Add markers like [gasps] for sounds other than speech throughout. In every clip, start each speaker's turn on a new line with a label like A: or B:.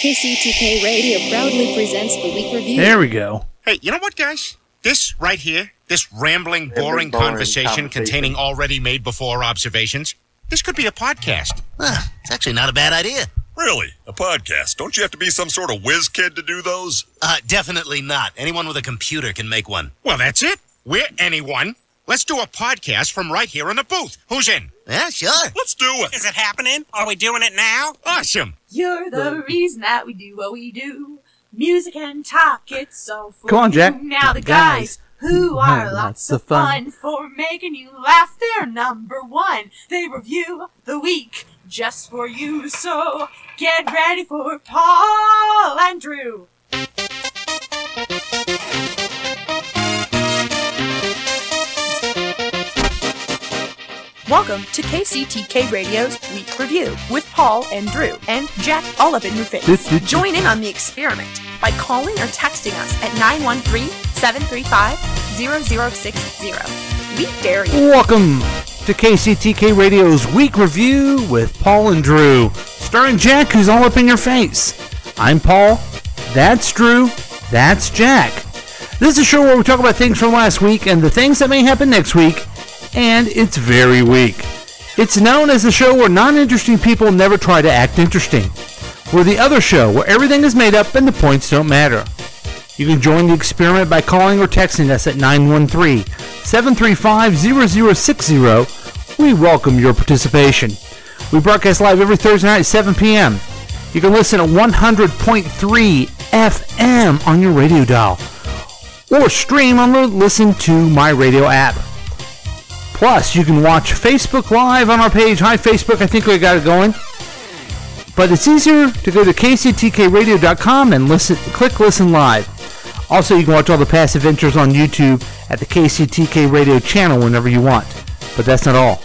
A: KCTK Radio proudly presents the week review.
B: There we go.
C: Hey, you know what, guys? This right here, this rambling, boring,
D: boring
C: conversation,
D: conversation.
C: containing already made before observations, this could be a podcast.
E: Huh, it's actually not a bad idea.
F: Really? A podcast? Don't you have to be some sort of whiz kid to do those?
E: Uh, definitely not. Anyone with a computer can make one.
C: Well, that's it. We're anyone. Let's do a podcast from right here in the booth. Who's in?
E: Yeah, sure.
F: Let's do it.
G: Is it happening? Are we doing it now?
C: Awesome.
H: You're the reason that we do what we do. Music and talk, it's so fun.
B: Come on, Jack.
H: Now the guys who are lots of fun for making you laugh, they're number one. They review the week just for you, so get ready for Paul and Drew.
I: Welcome to KCTK Radio's Week Review with Paul and Drew and Jack all up in your face. Join in on the experiment by calling or texting us at 913 735 0060. We dare you.
B: Welcome to KCTK Radio's Week Review with Paul and Drew, starring Jack, who's all up in your face. I'm Paul. That's Drew. That's Jack. This is a show where we talk about things from last week and the things that may happen next week, and it's very weak. It's known as the show where non interesting people never try to act interesting. We're the other show where everything is made up and the points don't matter. You can join the experiment by calling or texting us at 913 735 0060. We welcome your participation. We broadcast live every Thursday night at 7 p.m. You can listen at 100.3 FM on your radio dial or stream on the Listen to My Radio app. Plus, you can watch Facebook Live on our page. Hi, Facebook. I think we got it going. But it's easier to go to kctkradio.com and listen, click Listen Live. Also, you can watch all the past adventures on YouTube at the KCTK Radio channel whenever you want. But that's not all.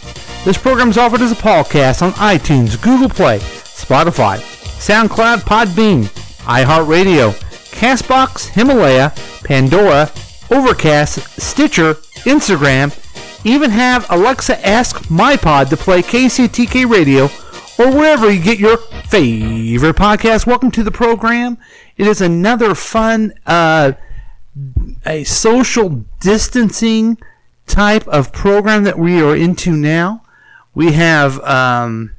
B: This program is offered as a podcast on iTunes, Google Play, Spotify, SoundCloud, Podbean, iHeartRadio, Castbox, Himalaya, Pandora, Overcast, Stitcher, Instagram, even have Alexa ask MyPod to play KCTK Radio or wherever you get your favorite podcast. Welcome to the program. It is another fun, uh, a social distancing type of program that we are into now. We have um,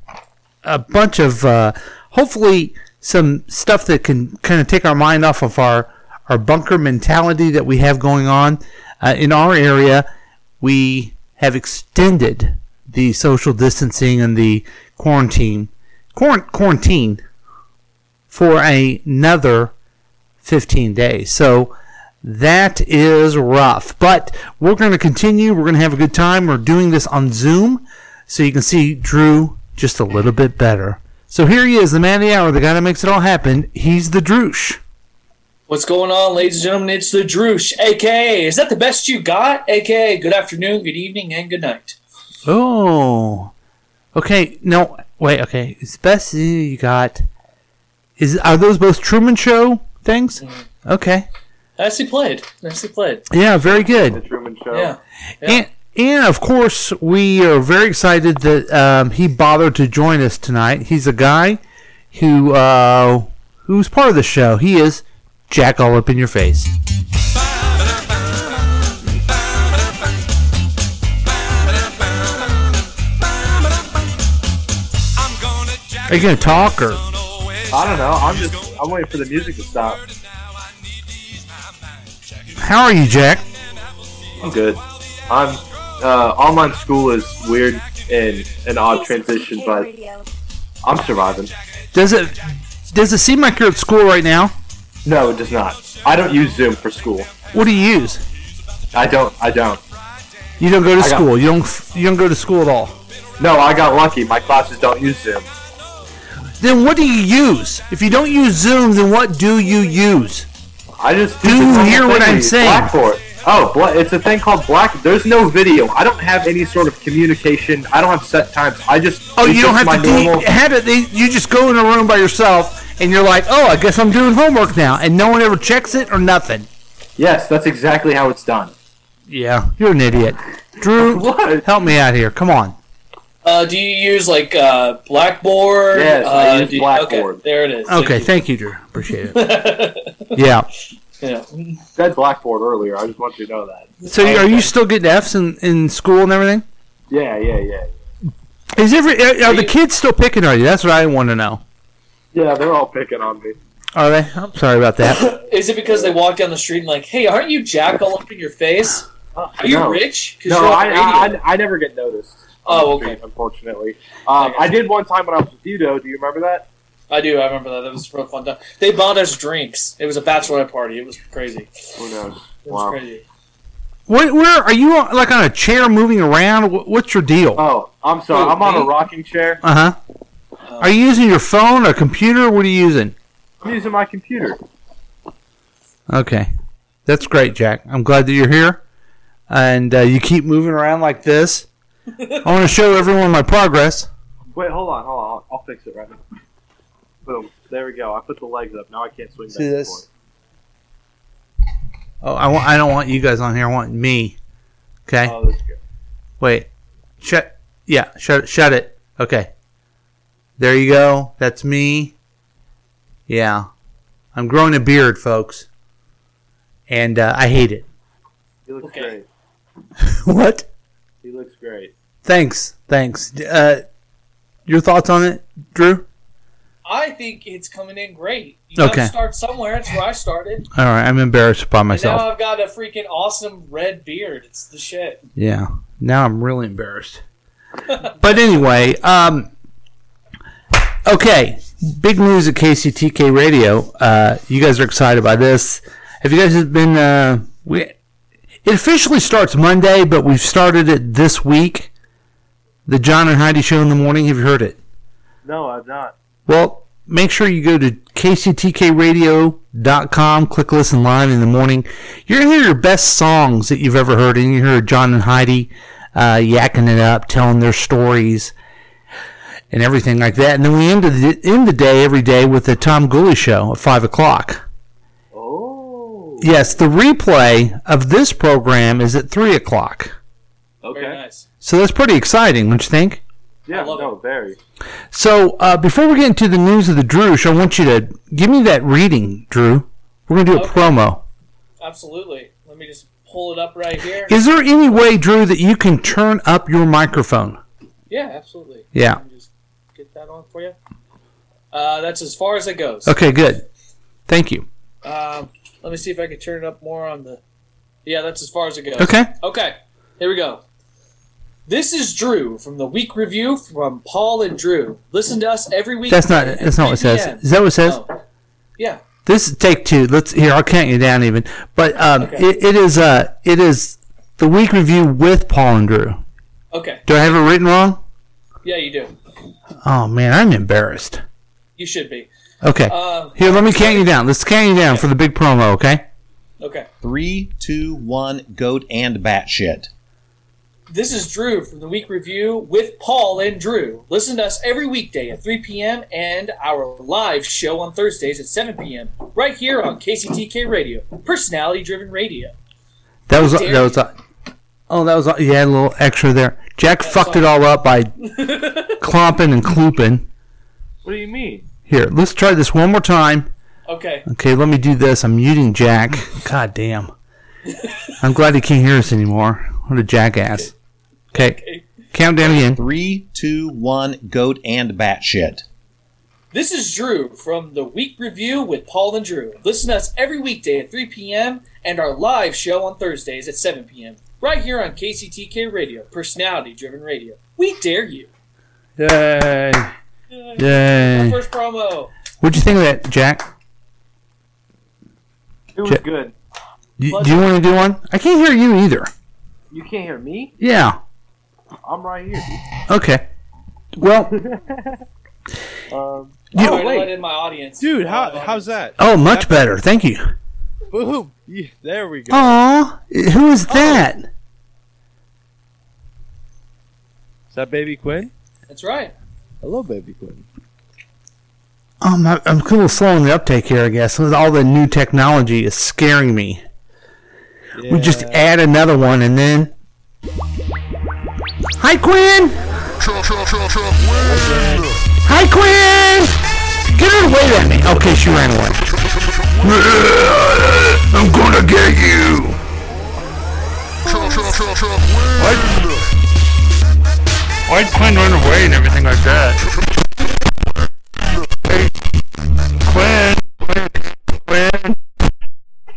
B: a bunch of uh, hopefully some stuff that can kind of take our mind off of our our bunker mentality that we have going on uh, in our area. We have extended the social distancing and the quarantine quarant- quarantine for another 15 days. So that is rough. But we're going to continue. We're going to have a good time. We're doing this on Zoom so you can see Drew just a little bit better. So here he is, the man of the hour, the guy that makes it all happen. He's the Droosh.
J: What's going on, ladies and gentlemen? It's the Droosh, aka is that the best you got? Aka good afternoon, good evening, and good night.
B: Oh. Okay, no, wait, okay. It's best you got. Is Are those both Truman Show things? Okay.
J: Nicely played. Nicely played.
B: Yeah, very good.
D: The Truman Show.
J: Yeah.
B: And, and of course, we are very excited that um, he bothered to join us tonight. He's a guy who uh, who's part of the show. He is Jack all up in your face. Are you gonna talk or?
D: I don't know. I'm just. I'm waiting for the music to stop.
B: How are you, Jack?
D: I'm good. I'm. Uh, online school is weird and an odd transition, but I'm surviving.
B: Does it does it seem like you're at school right now?
D: No, it does not. I don't use Zoom for school.
B: What do you use?
D: I don't. I don't.
B: You don't go to
D: I got-
B: school. you don't f- you don't go to school at all.
D: No, I got lucky. My classes don't use Zoom.
B: Then what do you use? If you don't use Zoom, then what do you use?
D: I just
B: Do
D: the normal
B: hear
D: thing
B: what
D: where
B: I'm
D: you
B: saying?
D: Blackboard. Oh, bla- it's a thing called Black. There's no video. I don't have any sort of communication. I don't have set times. I just
B: Oh,
D: it's
B: you don't
D: just
B: have to.
D: my
B: Do,
D: normal-
B: how do they, you just go in a room by yourself and you're like, oh, I guess I'm doing homework now, and no one ever checks it or nothing.
D: yes, that's exactly how it's done.
B: Yeah, you're an idiot,
D: [laughs]
B: Drew.
D: What?
B: Help me out here. Come on.
J: Uh, do you use like uh, Blackboard?
F: Yes,
J: uh,
F: I use
J: do you-
F: Blackboard.
J: Okay, there it is. [laughs]
B: Okay, thank you, Drew. Appreciate
D: [laughs]
B: it. yeah.
J: Yeah.
F: said Blackboard earlier. I just want you to know that.
B: So, are you still getting Fs in, in school and everything?
F: Yeah, yeah, yeah.
B: Is every are, are the kids still picking on you? That's what I want to know.
F: Yeah, they're all picking on me.
B: Are they? I'm sorry about that.
J: Is it because they walk down the street and like, hey, aren't you Jack all up in your face? Are you
F: no.
J: rich? 'Cause
F: No,
J: you're on
F: I,
J: the radio.
F: I, I, I never get noticed.
J: Oh,
F: on the
J: okay.
F: street, Unfortunately, um, I did one time when I was with you, though. Do you remember that?
J: I do. I remember that. That was a real fun time. They bought us drinks. It was a bachelorette party. It was crazy. It
F: Who knows?
J: was
F: Wow.
J: crazy.
B: Where, where are you? on- Like on a chair, moving around? Wh- What's your deal?
F: Oh, I'm sorry.
J: Oh,
F: I'm on a
J: me?
F: rocking chair.
B: Uh huh. Are you using your phone or computer? What are you using?
F: I'm using my computer.
B: Okay, that's great, Jack. I'm glad that you're here, and uh, you keep moving around like this. I want to show everyone my progress.
F: Wait, hold on, hold on. I'll, I'll fix it right now. Boom. There we go. I put the legs up. Now I can't swing
B: See
F: back and
B: this?
F: forth.
B: Oh, I want. I don't want you guys on here. I want me. Okay.
F: Oh, that's good.
B: Wait. Shut. Yeah. Shut. Shut it. Okay. There you go. That's me. Yeah. I'm growing a beard, folks, and uh, I hate it. [laughs]
F: He looks
J: Okay.
F: great.
B: what?
F: He looks great.
B: Thanks. Thanks. D- Uh, your thoughts on it, Drew?
J: I think it's coming in great. You got
B: Okay.
J: to start somewhere. That's where I started.
B: All right. I'm embarrassed by
J: And now
B: myself.
J: I've got a freaking awesome red beard. It's the shit.
B: Yeah. Now I'm really embarrassed. but anyway, um, okay. Big news at KCTK Radio. Uh, you guys are excited by this. Have you guys been? Uh, we it officially starts Monday, but we've started it this week. The John and Heidi show in the morning. Have you heard it?
F: No, I'm not.
B: Well, make sure you go to kctkradio.com, click listen live in the morning. You're going to hear your best songs that you've ever heard, and you hear John and Heidi uh, yakking it up, telling their stories, and everything like that. And then we end the, end the day every day with the Tom Gooley show at 5 o'clock.
F: Oh.
B: Yes, the replay of this program is at 3 o'clock.
F: Okay.
J: Very nice.
B: So that's pretty exciting, don't you think?
F: Yeah.
J: I love
F: No, very.
B: So uh, before we get into the news of the Drew, I want you to give me that reading, Drew. We're going to do a
J: Okay.
B: promo.
J: Absolutely. Let me just pull it up right here.
B: Is there any way, Drew, that you can turn up your microphone?
J: Yeah, absolutely.
B: Yeah.
J: Let me just get that on for you. Uh, that's as far as it goes.
B: Okay, good. Thank you.
J: Um, let me see if I can turn it up more on the. Yeah, that's as far as it goes.
B: Okay.
J: Okay, here we go. This is Drew from the Week Review from Paul and Drew. Listen to us every week.
B: That's not that's not what it says. Is that what it says?
J: Oh. Yeah.
B: This is take two. Let's here, I'll count you down even. But um it, it is uh it is the week review with Paul and Drew.
J: Okay.
B: Do I have it written wrong?
J: Yeah, you do.
B: Oh man, I'm embarrassed.
J: You should be.
B: Okay.
J: Um,
B: here, let me count you down. Let's count you down for the big promo, okay?
J: Okay.
H: Three, two, one, goat and batshit.
J: This is Drew from the Week Review with Paul and Drew. Listen to us every weekday at 3 p.m. and our live show on Thursdays at 7 p.m. right here on KCTK Radio, personality driven radio.
B: That was
J: dare
B: that was uh, oh that was uh, yeah a little extra there. Jack fucked it all
J: [laughs]
B: up by clomping and clooping.
F: What do you mean?
B: Here, let's try this one more time.
J: Okay.
B: Okay, let me do this. I'm muting Jack. God damn. I'm glad he can't hear us anymore. What a jackass. Okay, countdown again.
H: Three, two, one, goat and batshit.
J: This is Drew from the Week Review with Paul and Drew. Listen to us every weekday at 3 p.m. and our live show on Thursdays at 7 p.m. right here on KCTK Radio, personality driven radio. We dare you.
B: Yay.
J: Our
B: Yay.
J: first promo.
B: What'd you think of that, Jack?
F: It was
B: Chip.
F: good.
B: You, do you want to do one? I can't hear you either.
F: You can't hear me.
B: Yeah.
F: I'm right here.
B: [laughs]
F: dude.
B: Okay. Well,
F: Um,
B: you-
J: Sorry to
D: wait.
J: let in my audience.
D: Dude,
J: My
D: how,
J: audience.
D: how's that?
B: oh, much better. Thank you.
D: Boom. Yeah, there we go.
B: Aw, who
J: Oh,
B: is that?
D: Is that baby Quinn?
J: That's right.
D: Hello, baby Quinn.
B: Um, I- I'm a little slow on the uptake here, I guess. All the new technology is scaring me. We just
D: Yeah.
B: add another one and then. Hi, Quinn! Hi, Quinn! Get her away from me! Okay, she ran away. I'm gonna get you! Why'd Quinn run away and everything like that? Quinn, Quinn,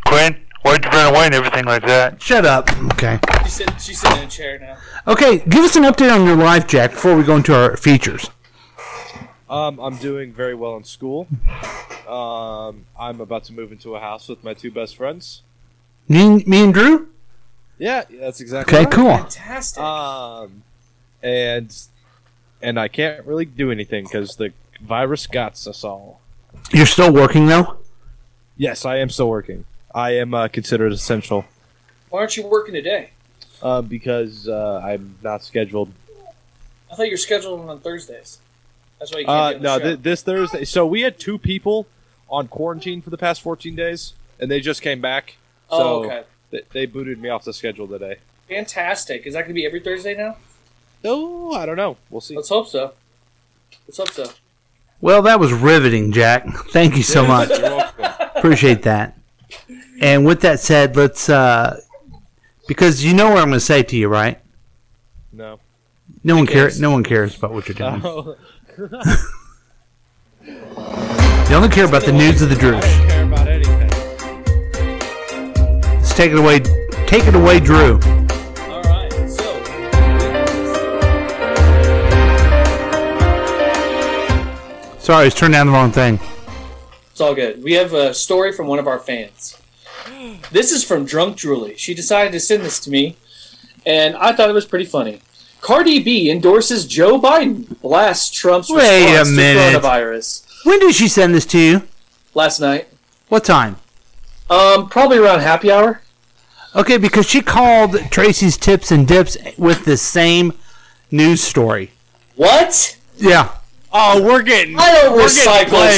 B: Quinn, why'd you run away and everything like that? Shut up. Okay.
J: She's sitting, she's sitting in a chair now.
B: Okay, give us an update on your life, Jack, before we go into our features.
D: Um, I'm doing very well in school. Um, I'm about to move into a house with my two best friends.
B: Me, me and Drew?
D: Yeah, that's exactly.
B: Okay,
D: right.
B: cool.
J: Fantastic.
D: Um, and and I can't really do anything because the virus got us all.
B: You're still working, though?
D: Yes, I am still working. I am uh, considered essential
J: Why aren't you working today?
D: uh, because uh, I'm not scheduled.
J: I thought you were scheduling on Thursdays. That's why you can't
D: Uh,
J: be on the
D: no,
J: show.
D: th- this Thursday. So we had two people on quarantine for the past 14 days, and they just came back. So
J: Oh, okay.
D: th- they booted me off the schedule today.
J: Fantastic. Is that going to be every Thursday now?
D: No, I don't know. We'll see.
J: Let's hope so. Let's hope so.
B: Well, that was riveting, Jack. Thank you so much. Appreciate that. And with that said, let's uh because you know what I'm going to say to you, right?
D: No.
B: No one cares. No one cares about what you're doing.
D: Oh.
B: They only care about the news of the Drew.
D: care [laughs] about anything.
B: Let's take it away. Take it away, Drew. Sorry, I was turned down the wrong thing.
J: It's all good. We have a story from one of our
B: [gasps]
J: fans. This is from Drunk Julie. She decided to send this to me, and I thought it was pretty funny. Cardi B endorses Joe Biden. Blast Trump's
B: Wait a
J: response
B: minute.
J: to coronavirus
B: When did she send this to you?
J: last night.
B: What time?
J: Um, probably around happy hour.
B: Okay, because she called Tracy's Tips and Dips with the same news story.
J: What?
B: Yeah.
D: Oh, we're getting.
J: I don't
D: we're getting
J: recycle
D: played.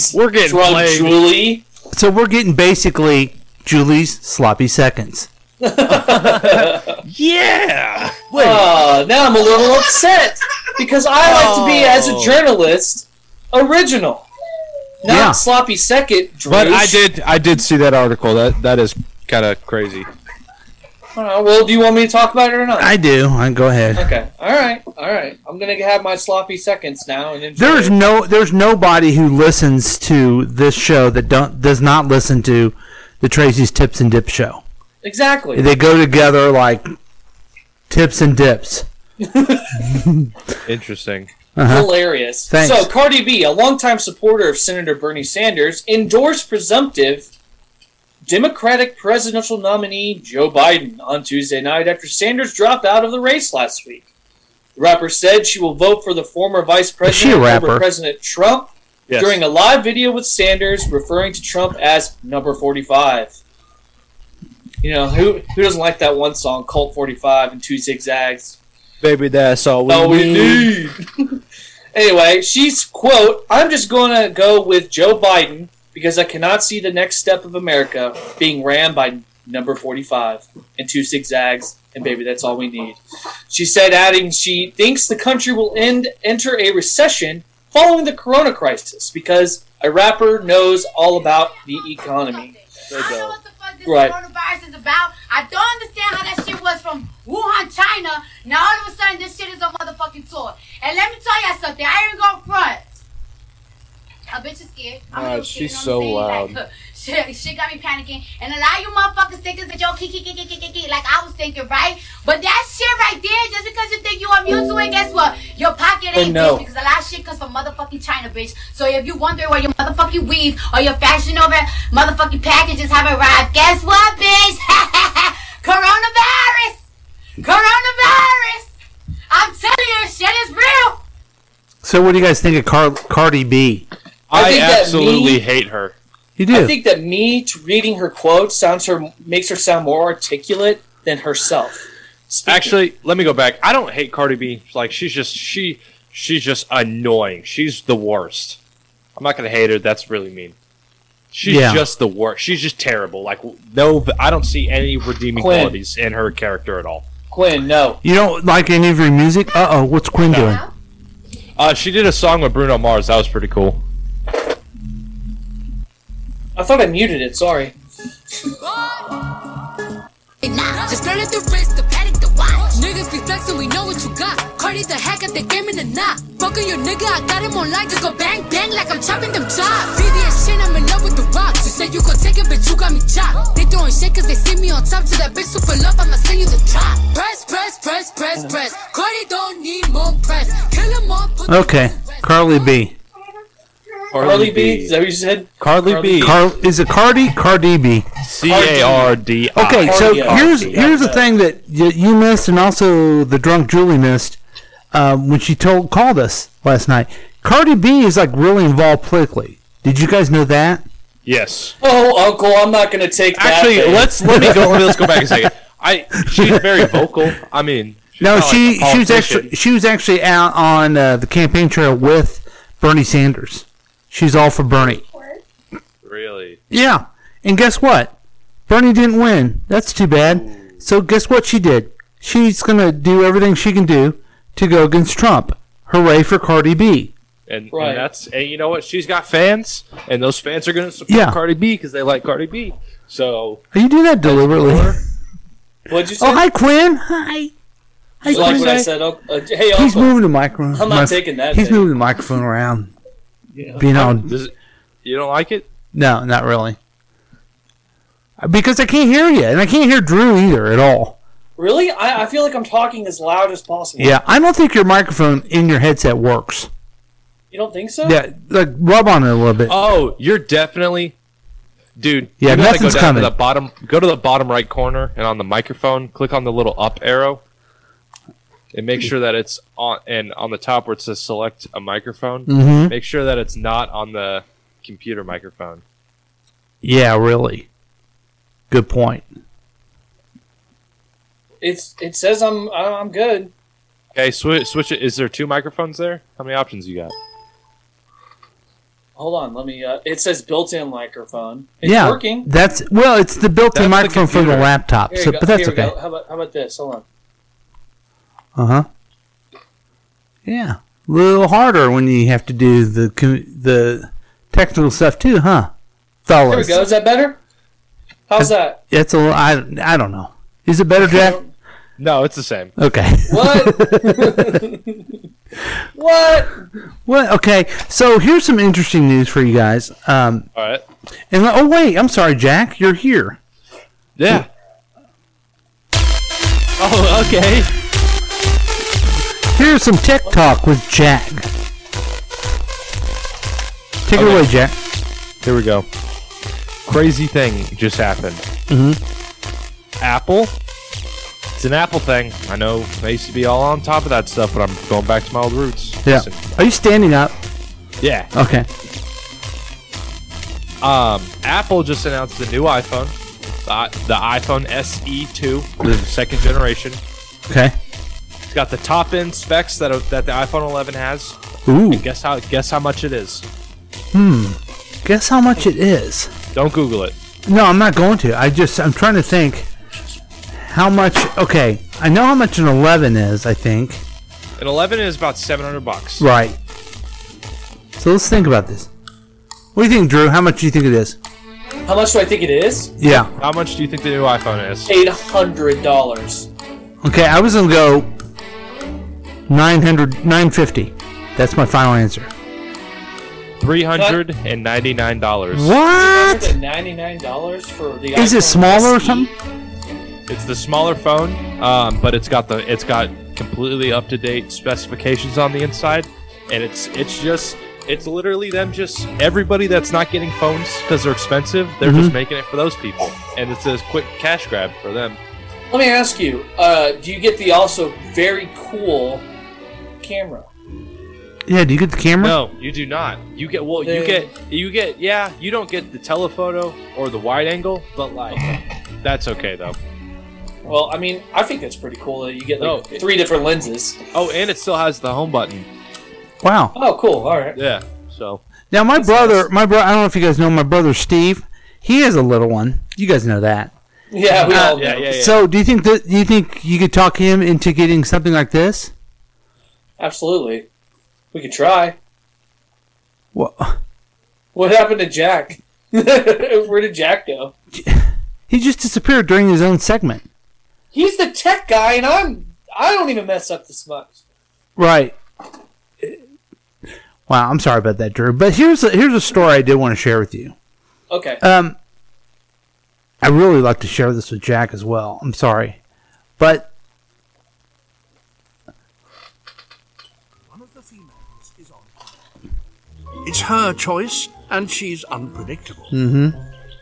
J: stories.
D: We're getting
J: Drunk
D: played.
J: Julie.
B: So we're getting basically Julie's sloppy seconds.
D: [laughs] Yeah.
J: Uh, now I'm a little upset because I like to be, as a
D: Oh.
J: journalist, original, not
D: Yeah.
J: sloppy second. Drew.
D: But I did. I did see that article. That that is kind of crazy.
J: Uh, well, do you want me to talk about it or not?
B: I do. I go ahead.
J: Okay. All right. All right. I'm gonna have my sloppy seconds now. And enjoy
B: There's
J: it.
B: no there's nobody who listens to this show that don't does not listen to the Tracy's Tips and Dips show.
J: exactly.
B: They go together like tips and dips.
D: Interesting.
B: Uh-huh.
J: Hilarious.
B: Thanks.
J: So Cardi B, a longtime supporter of Senator Bernie Sanders, endorsed presumptive Democratic presidential nominee Joe Biden on Tuesday night after Sanders dropped out of the race last week. The rapper said she will vote for the former vice
B: she a
J: president
B: rapper?
J: over President Trump
D: Yes.
J: during a live video with Sanders referring to Trump as number 45. You know, who who doesn't like that one song, Colt 45 and Two Zigzags?
D: Baby, that's all we,
J: all we
D: need.
J: need. anyway, she's quote, I'm just gonna go with Joe Biden because I cannot see the next step of America being ran by number forty five and two zigzags and baby that's all we need. She said adding she thinks the country will end enter a recession following the corona crisis because a rapper knows all about the economy.
D: There you go.
K: This
J: Right.
K: coronavirus is about. I don't understand how that shit was from Wuhan, China. Now all of a sudden this shit is a motherfucking tour. And let me tell y'all something. I ain't gonna front. A bitch is scared. I'm a
D: God,
K: little
D: she's
K: scared, you know what I'm
D: so
K: saying? [laughs] Like, shit, shit got me panicking. And a lot of you motherfuckers think it's a joke, kiki, kiki, kiki, kiki, like I was thinking, right? But that shit right there, just because you think you immune to it, guess what? Your pocket
J: But
K: ain't
J: no.
K: bitch, because a lot of shit comes from motherfucking China, bitch. So if you wonder why your motherfucking weave or your fashion over motherfucking packages have arrived, guess what, bitch? [laughs] Coronavirus! Coronavirus! I'm telling you, shit is real!
B: So what do you guys think of Car- Cardi B?
J: I
D: I,
J: think that
D: absolutely
J: me-
D: hate her.
B: You do.
J: I think that me t- reading her quote sounds her makes her sound more articulate than herself.
D: Actually, let me go back. I don't hate Cardi B. Like she's just she she's just annoying. She's the worst. I'm not gonna hate her. That's really mean. She's
B: Yeah.
D: just the worst. She's just terrible. Like no, I don't see any redeeming
J: Quinn.
D: qualities in her character at all.
J: Quinn, no.
B: You don't like any of your music? Uh oh, what's Quinn doing?
D: Uh, she did a song with Bruno Mars. That was pretty cool.
J: I thought I muted it. Sorry.
L: Just learn at the wrist, the paddock, the watch. Niggas be flexing, we know what you got. Cardi the hack at the game in the knot. Fucking your nigga, I got him on lock. Just go bang, bang, like I'm chopping them chops. VVS shit, I'm in love with the rocks. You said you could take it, but you got me chopped. They throwing shit cause they see me on top. To that bitch super love, I'ma send you the drop. Press, press, press, press, press. Cardi don't need more press. Kill him all, put
B: Okay, Carly B.
J: Carly B. Is that what you said?
D: Carly, B.
B: Car- is it Cardi? Cardi B.
D: C A R D I.
B: Okay, so here's here's the thing that y- you missed, and also the drunk Julie missed um, when she told called us last night. Cardi B is like really involved politically. Did you guys know that?
D: Yes.
J: Oh, Uncle, I'm not gonna take that.
D: Actually,
J: thing.
D: let's let me go. Let's go back a second. I she's very vocal. I mean, she's
B: No,
D: not like
B: she
D: a
B: she was
D: politician.
B: actually she was actually out on uh, the campaign trail with Bernie Sanders. She's all for Bernie.
D: really.
B: Yeah, and guess what? Bernie didn't win. That's too bad. So guess what she did? She's gonna do everything she can do to go against Trump. Hooray for Cardi B.
D: And, and that's and you know what? She's got fans, and those fans are going to support
B: Yeah.
D: Cardi B because they like Cardi B. So
B: You do that deliberately. [laughs]
J: What'd you say?
B: Oh, hi Quinn. Hi. Hi
J: You like what I
B: Quinn.
J: said? Uncle? Uh, hey,
B: He's
J: Uncle.
B: moving the microphone.
J: I'm not taking that
B: He's
J: thing.
B: moving the microphone around. Being
D: How-
B: on.
D: does it- you don't like it?
B: No, not really. Because I can't hear you, and I can't hear Drew either at all.
J: Really? I, I feel like I'm talking as loud as possible.
B: Yeah, I don't think your microphone in your headset works.
J: You don't think so?
B: Yeah, like rub on it a little bit.
D: Oh, you're definitely, dude.
B: Yeah,
D: you gotta
B: nothing's
D: go down
B: coming.
D: To the bottom, go to the bottom right corner, and on the microphone, click on the little up arrow, and make sure that it's on. And on the top where it says select a microphone,
B: Mhm.
D: make sure that it's not on the computer microphone.
B: Yeah, really. Good point.
J: It's it says I'm uh, I'm good.
D: Okay, switch. Switch it. Is there two microphones there? How many options you got?
J: Hold on, let me. Uh, it says built-in microphone. It's
B: yeah,
J: working.
B: that's well, it's the built-in
J: That's the
B: microphone from the
J: computer.
B: laptop.
J: Here you
B: So,
J: go,
B: but that's
J: here we
B: okay.
J: go. How about how about this? Hold on.
B: Uh huh. Yeah, a little harder when you have to do the co- the technical stuff too, huh,
J: There we
B: fellas?
J: go. Is that better? How's
B: [laughs]
J: that?
B: It's a little. I, I don't know. Is it better, Jack?
D: No, it's the same.
B: Okay. [laughs]
J: What?
B: Well, okay. So here's some interesting news for you guys. Um,
D: All right.
B: And oh wait, I'm sorry, Jack. You're here.
D: Yeah. Oh, okay.
B: Here's some tech talk with Jack. Take it
D: Okay.
B: away, Jack.
D: Here we go. Crazy thing just happened.
B: Mm-hmm.
D: Apple. It's an Apple thing. I know I used to be all on top of that stuff, but I'm going back to my old roots.
B: Yeah.
D: Listen,
B: Are you standing up?
D: yeah.
B: Okay.
D: Um, Apple just announced the new iPhone, the, i- the iPhone SE2, the second generation.
B: Okay.
D: It's got the top end specs that are, that the iPhone 11 has.
B: Ooh.
D: And guess how guess how much it is?
B: Hmm. Guess how much it is?
D: Don't Google it.
B: No, I'm not going to. I just I'm trying to think how much. Okay, I know how much an 11 is. I think.
D: An 11 is about 700 bucks.
B: Right. So let's think about this. What do you think, Drew? How much do you think it is?
J: How much do I think it is?
B: Yeah.
D: How much do you think the new iPhone is?
J: Eight hundred dollars.
B: Okay, I was gonna go 900, 950. That's my final answer.
D: Three hundred and ninety nine dollars.
B: What?
J: Ninety-nine dollars for the.
B: Is
J: iPhone
B: it
J: E?
B: smaller or
J: SE?
B: something?
D: It's the smaller phone, um, but it's got the it's got completely up to date specifications on the inside, and it's it's just it's literally them just everybody that's not getting phones because they're expensive. They're just
J: Mhm.
D: making it for those people, and it's a quick cash grab for them.
J: Let me ask you. Uh, do you get the also very cool camera?
B: Yeah. Do you get the camera?
D: No, you do not. You get well, you
J: They-
D: get you get yeah, you don't get the telephoto or the wide angle, but like that's okay though.
J: Well, I mean, I think that's pretty cool that you get
D: No,
J: like, three different lenses.
D: Oh, and it still has the home button.
B: Wow.
J: Oh, cool. All right.
D: Yeah. So
B: Now my brother, my brother, I don't know if you guys know my brother Steve. He has a little one. You guys know that.
J: Uh, Yeah,
D: Uh,
J: we all know.
B: So, do you think that do you think you could talk him into getting something like this?
J: Absolutely. We could try.
B: Well,
J: What happened to Jack? [laughs] Where did Jack go?
B: he just disappeared during his own segment,
J: He's the tech guy, and I'm I don't even mess up this much.
B: right? Wow, I'm sorry about that, Drew. But here's a, here's a story I did want to share with you.
J: Okay.
B: Um, I really like to share this with Jack as well. I'm sorry, but
M: It's her choice, and she's unpredictable.
B: hmm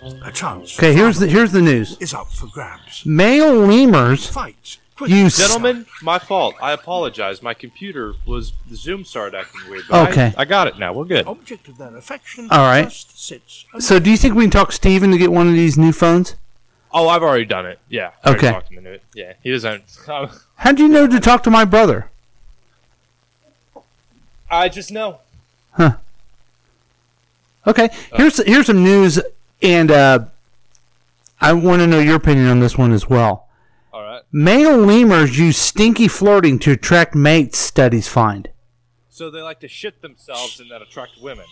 M: Mm-hmm. A chance.
B: okay. Here's the here's the news.
M: Is up for grabs.
B: Male lemurs
M: Fight.
B: use
D: Gentlemen, my fault. I apologize. My computer was the Zoom started acting weird. but I-
B: Okay.
D: I, got it now. We're good.
M: Object of their affection.
B: All right. So, do you think we can talk Steven to get one of these new phones?
D: Oh, I've already done it. Yeah. I already
B: Okay.
D: talked him into it. Yeah. He doesn't. [laughs]
B: How do you know to talk to my brother?
D: I just know.
B: Huh. Okay.
D: Uh.
B: Here's here's some news, and uh, I want to know your opinion on this one as well.
D: All right.
B: Male lemurs use stinky flirting to attract mates. Studies find.
D: So they like to shit themselves and that attract women.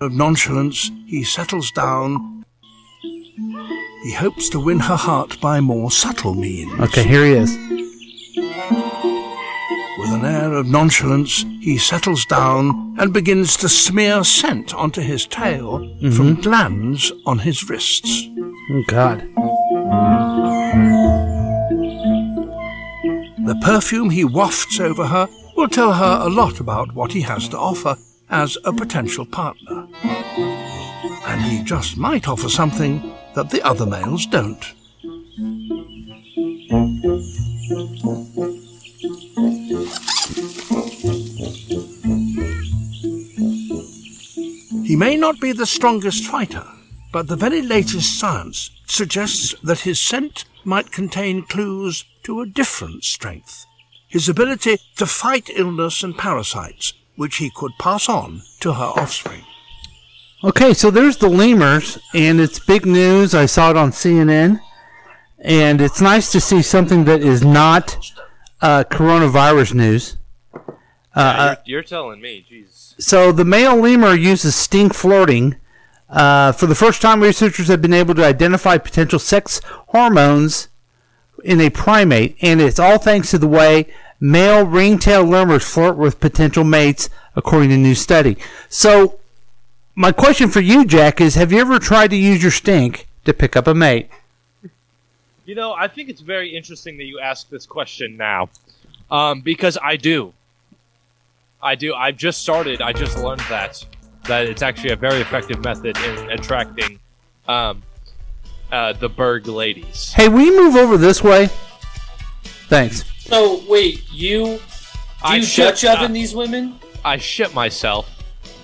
M: Of nonchalance, he settles down. He hopes to win her heart by more subtle means.
B: Okay, here he is.
M: With an air of nonchalance, he settles down and begins to smear scent onto his tail
B: Mm-hmm.
M: from glands on his wrists.
B: Oh God.
M: The perfume he wafts over her will tell her a lot about what he has to offer as a potential partner. And he just might offer something that the other males don't. He may not be the strongest fighter, but the very latest science suggests that his scent might contain clues to a different strength his ability to fight illness and parasites, which he could pass on to her offspring.
B: Okay, so there's the lemurs, and it's big news. I saw it on CNN, and it's nice to see something that is not uh, coronavirus news. Uh, uh,
D: You're telling me, jeez.
B: So the male lemur uses stink flirting. Uh, for the first time, researchers have been able to identify potential sex hormones in a primate, and it's all thanks to the way male ringtail lemurs flirt with potential mates, according to a new study. So, my question for you, Jack, is: Have you ever tried to use your stink to pick up a mate?
D: You know, I think it's very interesting that you ask this question now, um, because I do. I do. I've just started. I just learned that that it's actually a very effective method in attracting um, uh, the Berg ladies.
B: Hey, will you move over this way? Thanks.
J: So wait, you do
D: I
J: you
D: shit-
J: judge up
D: I-
J: in these women?
D: I shit myself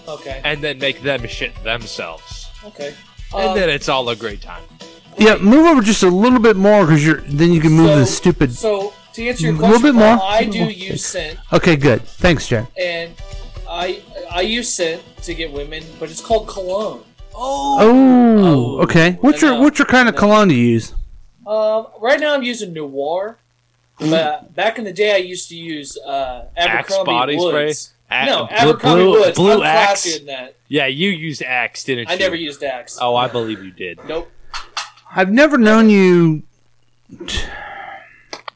J: Okay.
D: and then make them shit themselves,
J: Okay.
D: and
J: Um,
D: then it's all a great time.
B: Yeah, move over just a little bit more, because you're then you can move this stupid.
J: So to answer your
B: A
J: question,
B: little bit more.
J: Paul, I
B: [laughs]
J: do
B: Okay.
J: use scent,
B: Okay, good. Thanks, Jack.
J: and I I use scent to get women, but it's called cologne.
B: Oh, okay. What's your what's your kind of cologne to use?
J: Um, right now I'm using
B: [laughs]
J: Noir. But back in the day, I used to use uh,
D: Axe
J: Abercrombie
D: body
J: Woods.
D: spray. A- blue-
J: no, Abercrombie
D: blue-
J: Woods.
D: blue
J: I'm
D: Axe?
J: classier than that.
D: Yeah, you used Axe, didn't
J: I
D: you?
J: never used Axe.
D: Oh, I believe you did.
J: Nope.
B: I've never known you t-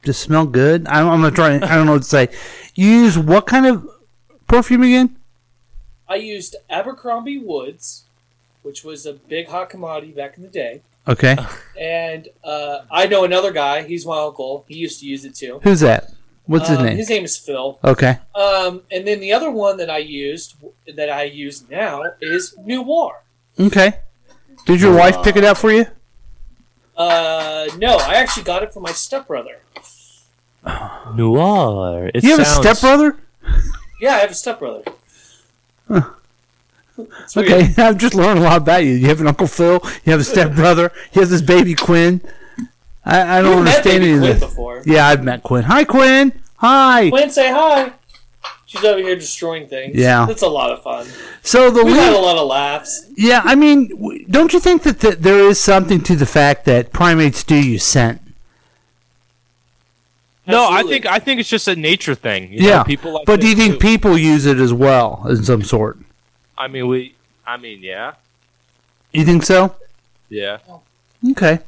B: to smell good. I'm, I'm gonna try. I don't know what to say. You use what kind of perfume again?
J: I used Abercrombie Woods, which was a big hot commodity back in the day.
B: Okay,
J: And uh, I know another guy. He's my uncle. He used to use it too.
B: who's that? What's his
J: Um,
B: name?
J: His name is Phil.
B: Okay.
J: Um, and then the other one that I used, that I use now, is Noir.
B: Okay. Did your wife pick it out for you?
J: Uh, no, I actually got it from my stepbrother.
D: Noir. It
B: you have
D: sounds-
B: a stepbrother?
J: Yeah, I have a stepbrother.
B: Okay, [laughs] I've just learned a lot about you. You have an Uncle Phil. You have a stepbrother. you have this baby Quinn. I, I don't
J: You've met
B: understand
J: baby
B: any of
J: Quinn
B: this.
J: before.
B: Yeah, I've met Quinn. Hi, Quinn. Hi.
J: Quinn, say hi. She's She's over here destroying things.
B: Yeah.
J: It's a lot of fun.
B: So the
J: we
B: lead-
J: had a lot of laughs.
B: Yeah, I mean, w- don't you think that th- there is something to the fact that primates do use scent?
D: No, I think I think it's just a nature thing. you know,
B: yeah,
D: people like.
B: but do
D: this
B: you think
D: too.
B: people use it as well in some sort?
D: I mean, we. I mean, yeah,
B: You think so?
D: yeah.
B: Okay.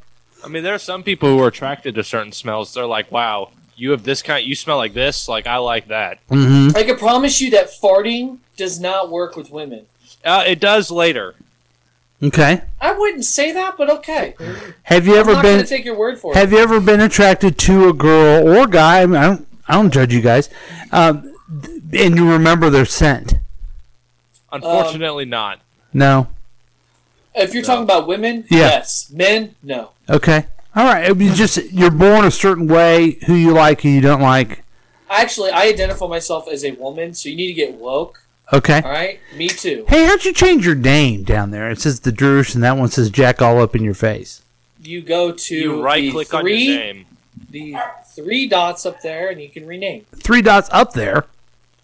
D: I mean, there are some people who are attracted to certain smells. They're like, wow, you have this kind. You smell like this. Like I like that.
B: Mm-hmm.
J: I can promise you that farting does not work with women.
D: Uh, it does later.
B: Okay.
J: I wouldn't say that, but okay.
B: Have you
J: I'm
B: ever
J: not
B: been?
J: gonna take your word for
B: have
J: it.
B: you ever been attracted to a girl or guy? I, mean, I don't. I don't judge you guys. Um, th- and you remember their scent?
D: Unfortunately, not.
B: No.
J: Um, If you're talking about women,
B: Yeah.
J: yes. Men, no.
B: Okay. All right. It was just you're born a certain way. Who you like, who you don't like.
J: Actually, I identify myself as a woman, so you need to get woke.
B: Okay.
J: All right? Me too.
B: Hey, how'd you change your name down there? It says the Drush, and that one says Jack all up in your face.
J: You go to
D: You right-click
J: the
D: on your
J: three,
D: name.
J: The three dots up there, and you can rename.
B: Three dots up there.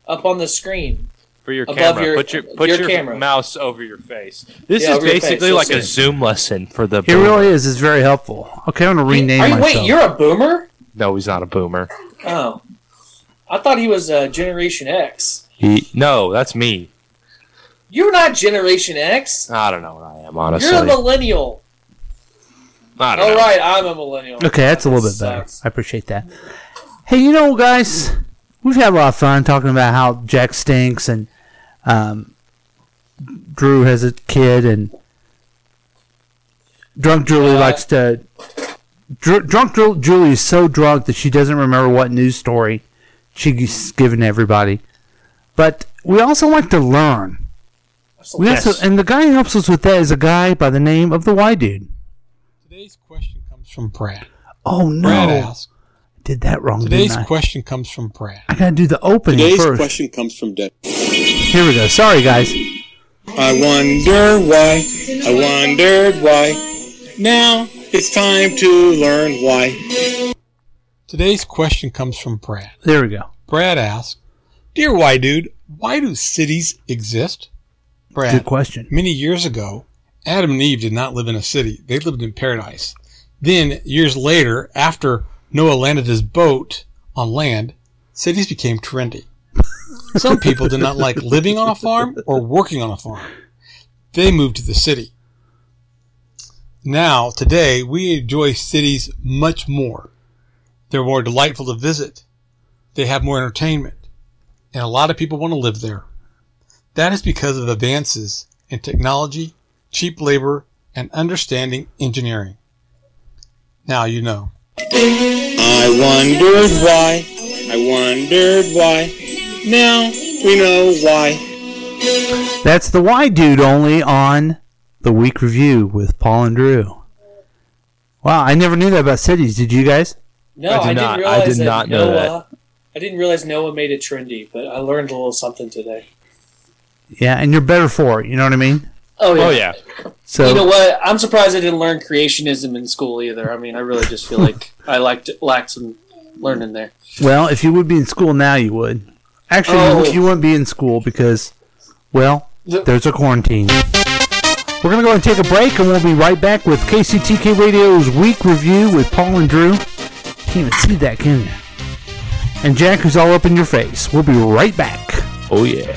J: Up on the screen.
D: For your
J: Above
D: camera,
J: your- uh,
D: put your put
J: your
D: your,
J: camera.
D: mouse over your face. This
J: Yeah,
D: is
J: over your face.
D: basically
J: You'll
D: like
J: see
D: a
J: it.
D: Zoom lesson for the.
B: It really is. It's very helpful. Okay, I'm gonna rename
J: Are you,
B: myself.
J: wait, you're a boomer?
D: No, he's not a boomer.
J: Oh. I thought he was uh, Generation X.
D: He no, that's me.
J: You're not Generation X.
D: I don't know what I am honestly.
J: You're a millennial.
D: I don't
J: All
D: know.
J: right, I'm a millennial.
B: Okay, that's a little bit better. I appreciate that. Hey, you know, guys, we've had a lot of fun talking about how Jack stinks and um, Drew has a kid and drunk Julie likes to. Dr- drunk Ju- Julie is so drunk that she doesn't remember what news story she's given to everybody. But we also like to learn. We also, and the guy who helps us with that is a guy by the name of the Y dude.
N: comes from Brad.
B: Oh no!
N: Brad asks.
B: Did that wrong.
N: Today's
B: didn't I?
N: question comes from Brad.
B: I gotta do the opening
N: Today's
B: first.
N: question comes from Deb.
B: Here we go. Sorry, guys.
N: I wonder why. I wondered why. Now it's time to learn why. Today's question comes from Brad.
B: There we go.
N: Brad asks, "Dear why dude, why do cities exist?" Brad,
B: Good question.
N: Many years ago, Adam and Eve did not live in a city. They lived in paradise. Then, years later, after Noah landed his boat on land, cities became trendy. Some people did not like living on a farm or working on a farm. They moved to the city. Now, today, we enjoy cities much more. They're more delightful to visit. They have more entertainment. And a lot of people want to live there. That is because of advances in technology, cheap labor, and understanding engineering. Now you know. I wondered why. I wondered why. Now we know why.
B: That's the Y dude only on the week review with Paul and Drew. Wow, I never knew that about cities. Did you guys?
J: No,
D: I did
J: I, did
D: not- I
J: not realize
D: did
J: that
D: not know
J: Noah,
D: that.
J: I didn't realize Noah made it trendy, but I learned a little something today.
B: Yeah, and you're better for it. You know what I mean?
J: Oh yeah.
B: So
J: you know what? I'm surprised I didn't learn creationism in school either. I mean, I really just
D: [laughs]
J: feel like I lacked lacked some learning there.
B: well, if you would be in school now, you would. Actually, you-
J: Oh.
B: you, wouldn't be in school because, well,
J: The-
B: there's a quarantine. We're gonna go and take a break, and we'll be right back with KCTK Radio's week review with Paul and Drew. Can't even see that, can you? And Jack, who's all up in your face. We'll be right back.
D: Oh yeah.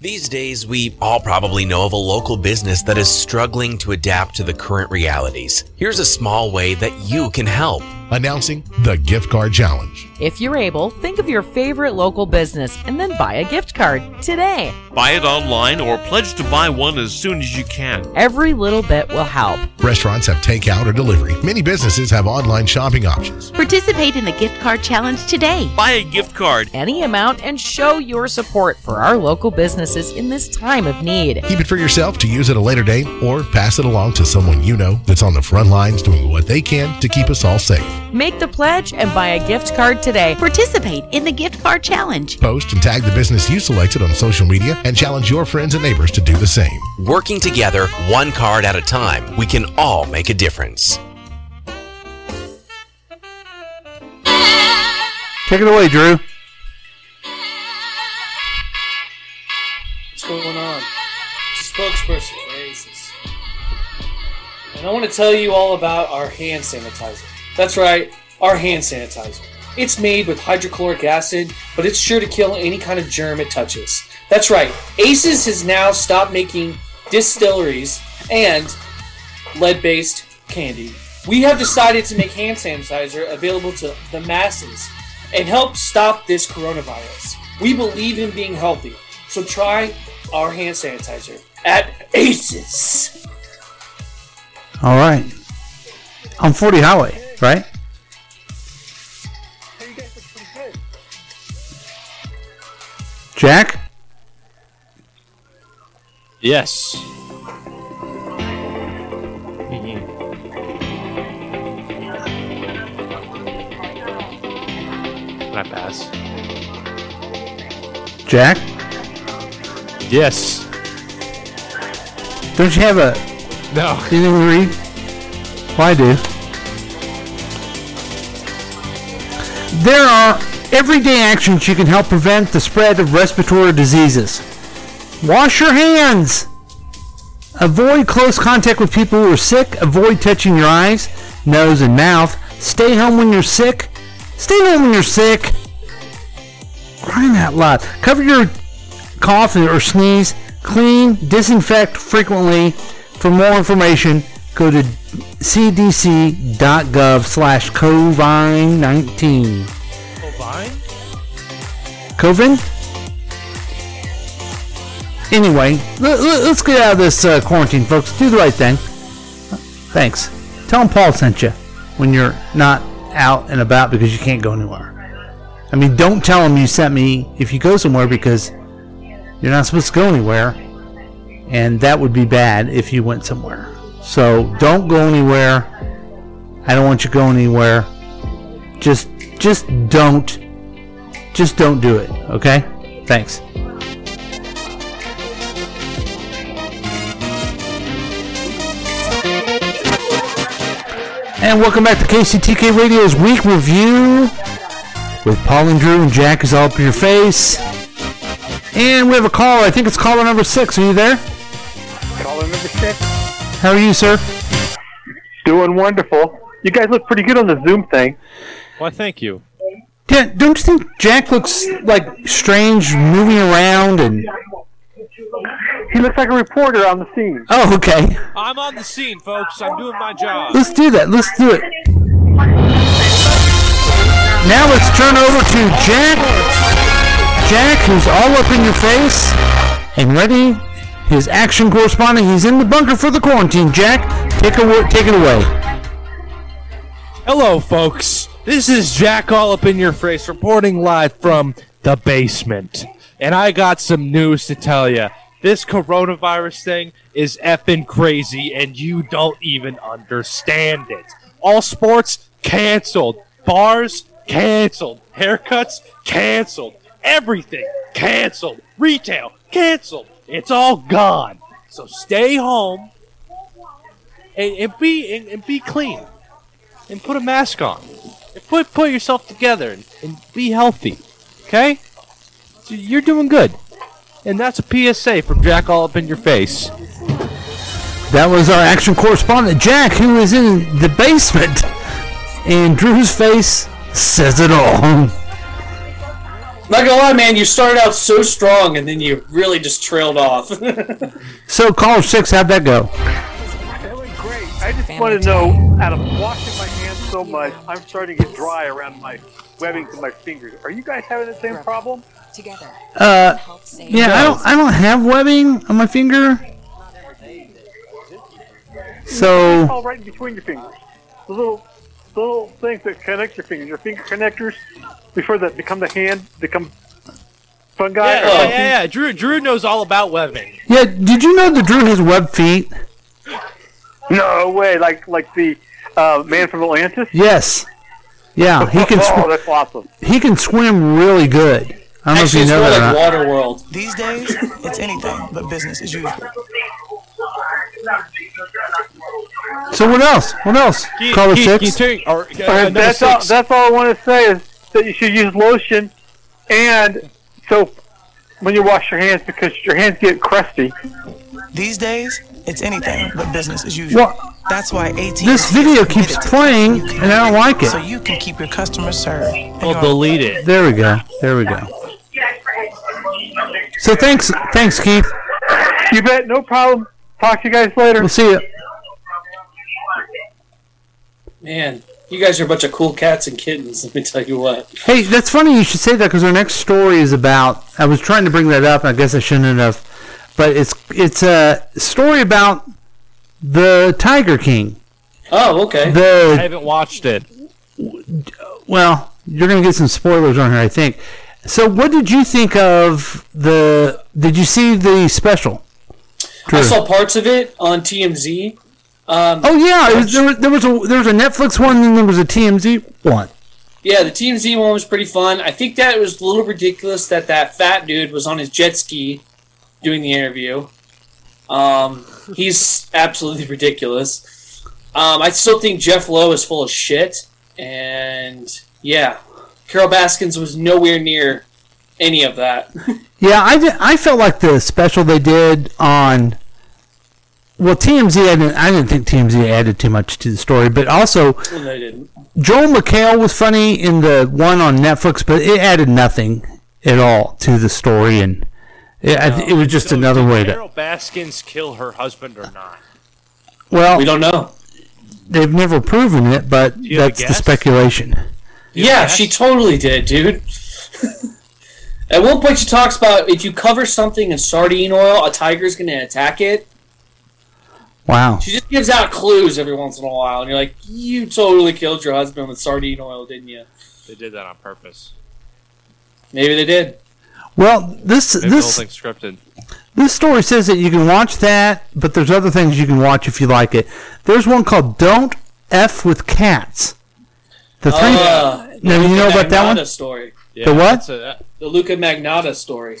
I: These days, we all probably know of a local business that is struggling to adapt to the current realities. Here's a small way that you can help. Announcing the Gift Card Challenge.
O: If you're able, think of your favorite local business and then buy a gift card today.
P: Buy it online or pledge to buy one as soon as you can.
O: Every little bit will help.
Q: Restaurants have takeout or delivery. Many businesses have online shopping options.
O: Participate in the gift card challenge today.
P: Buy a gift card.
O: Any amount and show your support for our local businesses in this time of need.
Q: Keep it for yourself to use at a later date or pass it along to someone you know that's on the front lines doing what they can to keep us all safe.
O: Make the pledge and buy a gift card today. Participate in the gift card challenge.
Q: Post and tag the business you selected on social media and challenge your friends and neighbors to do the same.
I: Working together, one card at a time, we can all make a difference.
B: Take it away, Drew.
J: What's going on? It's a spokesperson for ACES. And I want to tell you all about our hand sanitizer. That's right, our hand sanitizer. It's made with hydrochloric acid, but it's sure to kill any kind of germ it touches. That's right, ACES has now stopped making distilleries and lead based candy. We have decided to make hand sanitizer available to the masses and help stop this coronavirus. We believe in being healthy, so try our hand sanitizer at ACES.
B: All right. On 40 Highway, right? Jack?
D: Yes. Can I pass?
B: Jack?
D: Yes.
B: Don't you have a.
D: No.
B: You never read? Well, I do. There are everyday actions you can help prevent the spread of respiratory diseases. Wash your hands. Avoid close contact with people who are sick. Avoid touching your eyes, nose, and mouth. Stay home when you're sick. Stay home when you're sick. Crying out loud. Cover your cough or sneeze. Clean, disinfect frequently. For more information, go to cdc.gov slash COVID-19.
D: Ovine?
B: COVID? Anyway, let, us get out of this uh, quarantine, folks. Do the right thing. Thanks. Tell them Paul sent you when you're not out and about because you can't go anywhere. I mean, don't tell them you sent me if you go somewhere because you're not supposed to go anywhere, and that would be bad if you went somewhere. So don't go anywhere. I don't want you going anywhere. Just, just don't, just don't do it. Okay? Thanks. And welcome back to KCTK Radio's Week Review with Paul and Drew and Jack is all up in your face. And we have a caller. I think it's caller number six. Are you there?
R: Caller number six.
B: How are you, sir?
R: Doing wonderful. You guys look pretty good on the Zoom thing.
D: Why, thank you.
B: Yeah, don't you think Jack looks like strange moving around and.
R: He looks like a reporter on the scene.
B: Oh, okay.
D: I'm on the scene, folks. I'm doing my job.
B: Let's do that. Let's do it. Now let's turn over to Jack. Jack, who's all up in your face and ready. His action correspondent. He's in the bunker for the quarantine. Jack, take a, take it away.
D: Hello, folks. This is Jack All Up in Your Face reporting live from the basement. And I got some news to tell you. This coronavirus thing is effing crazy, and you don't even understand it. All sports canceled, bars canceled, haircuts canceled, everything canceled, retail canceled. It's all gone. So stay home and, and be and, and be clean and put a mask on and put put yourself together and, and be healthy okay So you're doing good and that's a psa from jack all up in your face
B: That was our action correspondent, Jack, who is in the basement. And Drew's face says it all.
J: Not gonna lie, man, you started out so strong and then you really just trailed off. [laughs]
B: So, call six, how'd that go?
R: I just want to know, out of washing my hands so much, I'm starting to get dry around my webbing to my fingers. Are you guys having the same problem? Together.
B: Uh, yeah, I don't, I don't have webbing on my finger. So-
R: All right in between your fingers. The little, the little things that connect your fingers, your finger connectors, before that become the hand, become fungi.
D: yeah,
R: or
D: yeah,
R: something.
D: yeah, yeah. drew drew knows all about webbing
B: Yeah, did you know that Drew has web feet?
R: No way! Like like the uh, man from Atlantis.
B: Yes. Yeah, he can.
R: oh,
B: sw-
R: that's awesome.
B: He can swim really good. I don't know if you know that. or not.
J: Water World.
S: These days, it's anything but business as usual.
B: So what else? What else? Caller six.
S: uh,
R: And that's all. That's all I want to say is that you should use lotion and soap when you wash your hands because your hands get crusty.
S: These days, it's anything but business as usual. That's why AT
B: this video keeps playing, and I don't like
S: so
B: it.
S: you can keep your customers served. and your-
B: delete it. There we go. There we go. So thanks, thanks, Keith.
R: You bet. No problem. Talk to you guys later.
B: We'll see you.
J: Man, you guys are a bunch of cool cats and kittens. Let me tell you what.
B: Hey, that's funny you should say that because our next story is about. I was trying to bring that up. I guess I shouldn't have, but it's it's a story about the Tiger King.
J: Oh, okay.
B: The-
D: I haven't watched it.
B: Well, you're going to get some spoilers on here, I think. So, what did you think of the? Did you see the special?
J: I
B: Drew?
J: saw parts of it on TMZ. Um,
B: Oh yeah, it was, there, was- there was a there was a Netflix one, and there was a TMZ one.
J: Yeah, the Team Z one was pretty fun. I think that it was a little ridiculous that that fat dude was on his jet ski doing the interview. Um, he's absolutely [laughs] ridiculous. Um, I still think Jeff Lowe is full of shit, and yeah, Carol Baskins was nowhere near any of that.
B: Yeah, I, did, I felt like the special they did on well TMZ. I didn't I didn't think TMZ added too much to the story, but also
J: Well, no, they didn't.
B: Joel McHale was funny in the one on Netflix, but it added nothing at all to the story, and it, I th- it was just another way to.
D: Carol Baskins kill her husband or not?
B: Well,
J: we don't know.
B: They've never proven it, but that's the speculation.
J: Yeah, she totally did, dude. [laughs] At one point, she talks about if you cover something in sardine oil, a tiger's going to attack it.
B: Wow.
J: She just gives out clues every once in a while, and you're like, you totally killed your husband with sardine oil, didn't you?
D: They did that on purpose.
J: Maybe they did.
B: Well, this
D: Maybe
B: this
D: the whole thing scripted.
B: This story says that you can watch that, but there's other things you can watch if you like it. There's one called "Don't F with Cats." The three.
J: Uh,
B: now
J: the
B: you know
J: Luca
B: about that
J: Magnotta
B: one.
J: Story.
B: The what?
J: the Luca Magnotta story.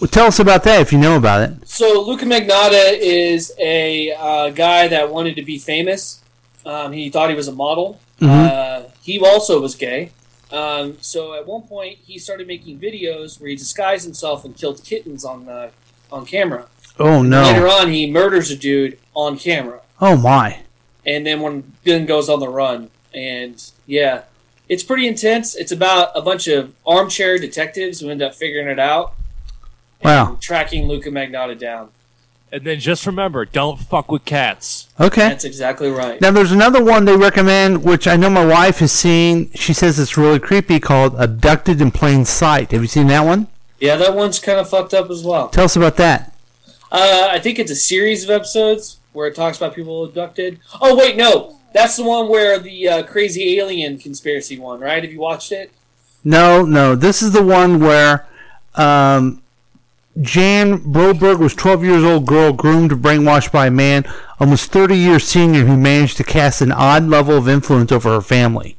B: Well, tell us about that if you know about it.
J: So Luca Magnotta is a uh, guy that wanted to be famous. Um, he thought he was a model.
B: Mm-hmm.
J: Uh, he also was gay. Um, so at one point, he started making videos where he disguised himself and killed kittens on uh, on camera.
B: Oh
J: Later
B: no!
J: on, he murders a dude on camera,
B: Oh my!
J: and then when then goes on the run. And yeah, it's pretty intense. It's about a bunch of armchair detectives who end up figuring it out,
B: Wow.
J: tracking Luca Magnotta down.
D: And then just remember, don't fuck with cats.
B: Okay.
J: That's exactly right.
B: Now there's another one they recommend, which I know my wife has seen. She says it's really creepy, called "Abducted in Plain Sight." Have you seen that one?
J: Yeah, that one's kind of fucked up as well.
B: Tell us about that.
J: Uh, I think it's a series of episodes where it talks about people abducted. Oh wait, no, that's the one where the uh, crazy alien conspiracy one, right? Have you watched it?
B: No, no. This is the one where um, Jan Broberg was 12 years old girl groomed and brainwashed by a man almost 30 years senior who managed to cast an odd level of influence over her family.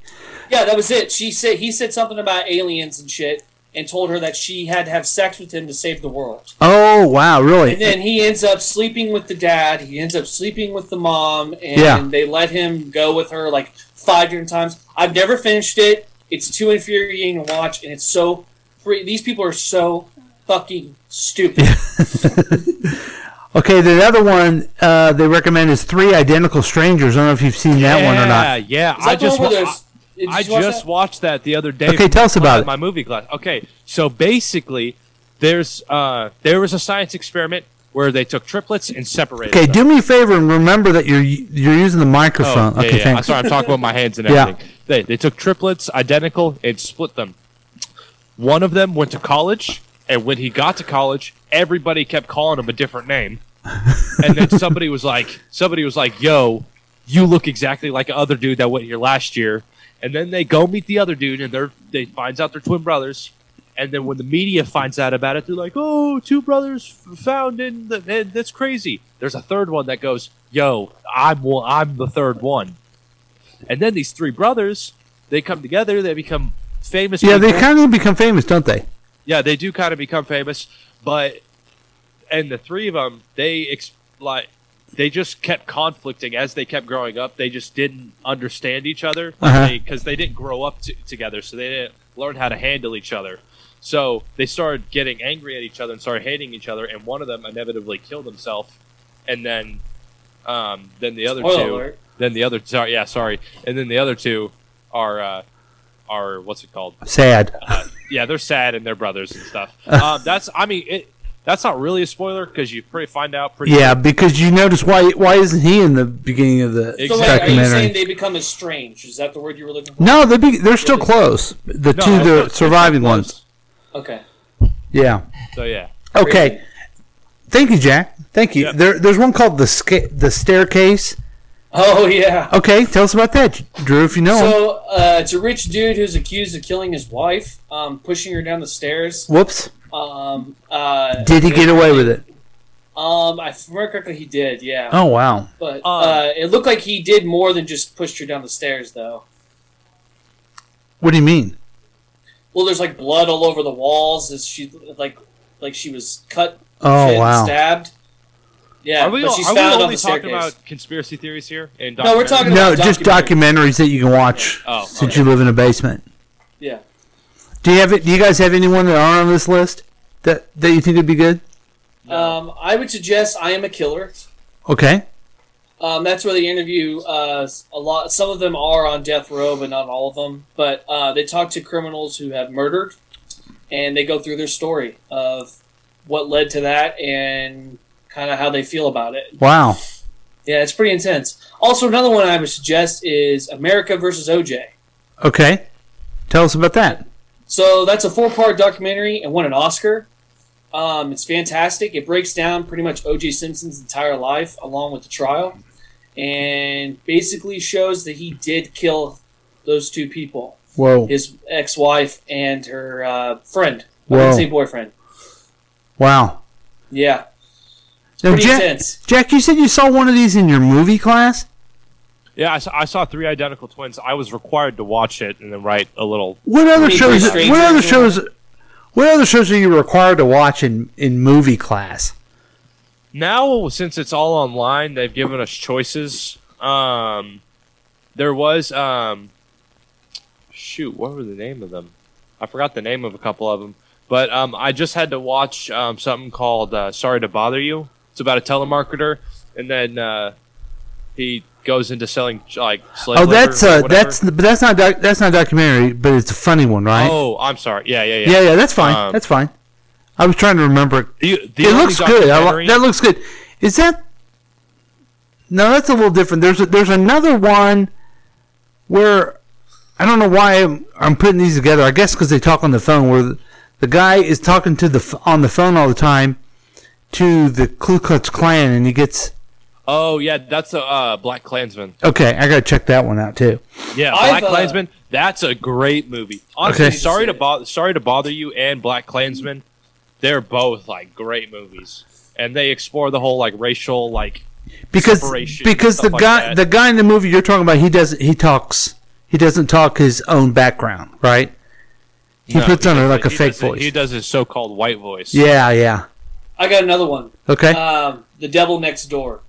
J: Yeah, that was it. She said he said something about aliens and shit, and told her that she had to have sex with him to save the world.
B: Oh, wow, really?
J: And then he ends up sleeping with the dad. He ends up sleeping with the mom, and
B: Yeah.
J: they let him go with her like five different times. I've never finished it. It's too infuriating to watch, and it's so. Free. These people are so fucking stupid.
B: [laughs] okay, the other one uh, they recommend is Three Identical Strangers. I don't know if you've seen that one or
D: Yeah,
B: not.
D: yeah.
J: Is that
D: I
J: the one
D: just
J: where
D: wa-
J: there's-
D: I,
J: did
D: I
J: you watch
D: just
J: that?
D: watched that the other day.
B: Okay,
D: from
B: tell us
D: my-
B: about it.
D: My movie class. Okay, so basically, there's uh, there was a science experiment where they took triplets and separated.
B: Okay,
D: them.
B: do me a favor and remember that you're you're using the microphone.
D: Oh, yeah,
B: okay,
D: yeah. I'm
B: thanks.
D: sorry, I'm talking with my hands and
B: Yeah.
D: everything. They, they took triplets, identical, and split them. One of them went to college, and when he got to college, everybody kept calling him a different name. and then somebody was like, somebody was like, "Yo, you look exactly like the other dude that went here last year." And then they go meet the other dude, and they're they finds out they're twin brothers. And then when the media finds out about it, they're like, "Oh, two brothers f- found in the, and that's crazy." There's a third one that goes, "Yo, I'm one- I'm the third one." And then these three brothers they come together, they become famous.
B: Yeah, they
D: people.
B: kind of become famous, don't they?
D: Yeah, they do kind of become famous, but and the three of them, they ex- like they just kept conflicting as they kept growing up. They just didn't understand each other because
B: Uh-huh.
D: they, 'cause they didn't grow up t- together, so they didn't learn how to handle each other. So they started getting angry at each other and started hating each other, and one of them inevitably killed himself, and then, um, then the other
J: Spoiler
D: two,
J: alert.
D: then the other, sorry, yeah, sorry, and then the other two are, uh, are what's it called?
B: Sad.
D: Uh, yeah, they're sad and they're brothers and stuff. Um, that's, I mean, it, that's not really a spoiler because you pretty find out pretty.
B: Yeah, because you notice why why isn't he in the beginning of the
D: Exactly.
J: [laughs] So, like, are you saying
B: documentary?
J: they become estranged? Is that the word you were looking for?
B: No, they be, they're still close. The
J: No,
B: two
J: I
B: the
J: thought-
B: surviving ones.
J: Okay.
B: Yeah.
D: So yeah.
B: Okay. Thank you, Jack. Thank you. There, there's one called the sca- the staircase.
J: Oh, yeah.
B: Okay, tell us about that, Drew, if you know. him.
J: So uh, it's a rich dude who's accused of killing his wife, um, pushing her down the stairs.
B: Whoops.
J: Um, uh,
B: Did he get away with it?
J: Um, I if I remember correctly, he did. Yeah.
B: Oh, wow.
J: But uh, it looked like he did more than just pushed her down the stairs, though.
B: What do you mean?
J: Well, there's like blood all over the walls. As she like like she was cut.
B: Oh,
J: and
B: wow.
J: Stabbed. Yeah,
D: Are we,
J: but she's
D: are we
J: found on
D: only
J: the
D: talking
J: staircase.
D: about conspiracy theories here? And
J: No, we're talking
B: No, just documentaries that you can watch
D: Oh,
B: since
D: okay.
B: you live in a basement.
J: Yeah.
B: Do you have it? Do you guys have anyone that are on this list that that you think would be good?
J: Um, I would suggest I am a killer.
B: Okay.
J: Um, that's where they interview uh, a lot. Some of them are on death row, but not all of them. But uh, they talk to criminals who have murdered, and they go through their story of what led to that and kind of how they feel about it.
B: Wow.
J: Yeah, it's pretty intense. Also, another one I would suggest is America versus OJ.
B: Okay. Tell us about that.
J: So that's a four-part documentary and won an Oscar. Um, it's fantastic. It breaks down pretty much O.J. Simpson's entire life along with the trial, and basically shows that he did kill those two people.
B: Whoa.
J: His ex-wife and her uh, friend. I
B: Whoa.
J: would say boyfriend.
B: Wow.
J: Yeah.
B: Now,
J: pretty
B: Jack,
J: intense.
B: Jack, you said you saw one of these in your movie class.
D: Yeah, I saw, I saw three identical twins. I was required to watch it and then write a little.
B: What other shows? What other shows? What other shows are you required to watch in in movie class?
D: Now, since it's all online, they've given us choices. Um, there was um, shoot, what were the name of them? I forgot the name of a couple of them. But um, I just had to watch um, something called uh, "Sorry to Bother You." It's about a telemarketer, and then uh, he goes into selling like slave
B: oh,
D: labor
B: that's
D: or
B: uh,
D: whatever.
B: that's but that's not doc, that's not documentary, but it's a funny one, right?
D: Oh, I'm sorry. Yeah, yeah, yeah.
B: yeah, yeah, that's fine.
D: Um,
B: that's fine. I was trying to remember. it.
D: The- the
B: it
D: only
B: looks good. I,
D: documentary-
B: li- that looks good. Is that? No, that's a little different. There's a, there's another one where I don't know why I'm, I'm putting these together. I guess because they talk on the phone, where the, the guy is talking to the f- on the phone all the time to the Ku Klux Klan, and he gets
D: Oh yeah, that's a uh, Black Klansman.
B: okay. I gotta check that one out too.
D: Yeah,
J: I've,
D: Black
J: uh,
D: Klansman. That's a great movie. Honestly,
B: Okay.
D: sorry to bother. Sorry to bother you. And Black Klansman, they're both like great movies, and they explore the whole like racial like
B: because
D: separation and
B: because the
D: stuff like
B: guy
D: that.
B: the guy in the movie you're talking about he doesn't he talks he doesn't talk his own background right he
D: No,
B: puts on a,
D: does-
B: like a
D: he
B: fake
D: does it-
B: voice
D: He does his so-called white voice.
B: yeah yeah
J: I got another one.
B: Okay.
J: Um, the Devil Next Door.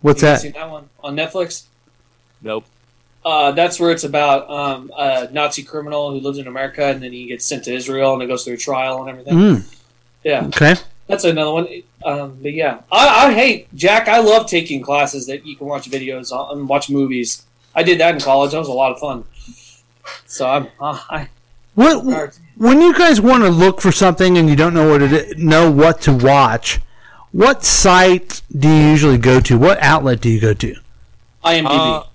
B: what's
J: You ever
B: that
J: Seen that one on Netflix?
D: Nope.
J: Uh, that's where it's about um, a Nazi criminal who lives in America and then he gets sent to Israel and it goes through a trial and everything.
B: Mm.
J: Yeah,
B: okay
J: that's another one. Um, but yeah, I, I hate Jack. I love taking classes that you can watch videos on and watch movies. I did that in college. That was a lot of fun. So I'm uh, I,
B: what when you guys want to look for something and you don't know what it is, know what to watch what site do you usually go to what outlet do you go to
J: IMDb.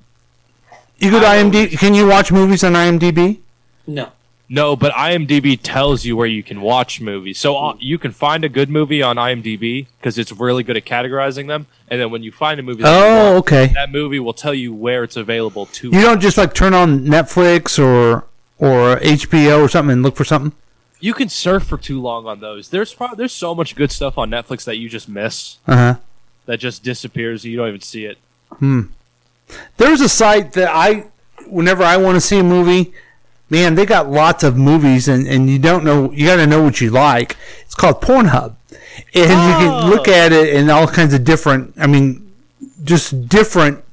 B: you go to IMDb can you watch movies on IMDb
J: no.
D: No, but IMDb tells you where you can watch movies. So
J: Hmm.
D: uh, you can find a good movie on IMDb because it's really good at categorizing them. And then when you find a movie, that you
B: Oh,
D: want,
B: okay.
D: that movie will tell you where it's available to.
B: you don't just like turn on Netflix or or HBO or something and look for something
D: You can surf for too long on those. There's probably, there's so much good stuff on Netflix that you just miss
B: uh huh
D: that just disappears. You don't even see it.
B: Hmm. There's a site that I whenever I want to see a movie, man, they got lots of movies, and, and you don't know, you got to know what you like. It's called Pornhub, and you can look
J: Oh.
B: at it and all kinds of different. I mean, just different,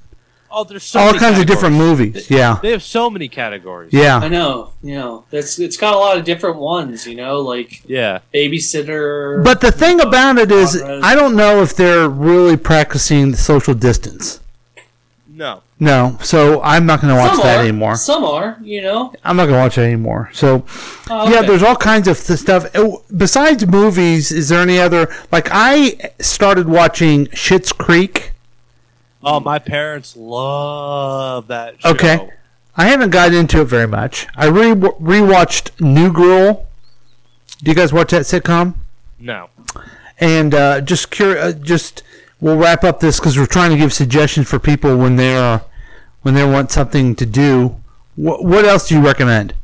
D: Oh, there's so
B: all
D: many
B: kinds of different
D: categories.
B: movies.
D: They-
B: Yeah,
D: They have so many categories.
B: Yeah.
J: I know. You know, that's it's got a lot of different ones. You know, like
D: yeah,
J: babysitter.
B: but the thing about it is, I don't know if they're really practicing the social distance.
D: No.
B: No, so I'm not going to watch
J: some
B: that
J: are,
B: anymore.
J: Some are. You know.
B: I'm not gonna watch it anymore. So,
J: Oh,
B: yeah,
J: okay.
B: there's all kinds of th- stuff. Oh, Besides movies, is there any other? Like, I started watching Schitt's Creek.
D: Oh, my parents love that. Show.
B: Okay, I haven't gotten into it very much. I re rewatched New Girl. Do you guys watch that sitcom?
D: No.
B: And uh, just cur- uh, just we'll wrap up this because we're trying to give suggestions for people when they're when they want something to do. Wh- what else do you recommend?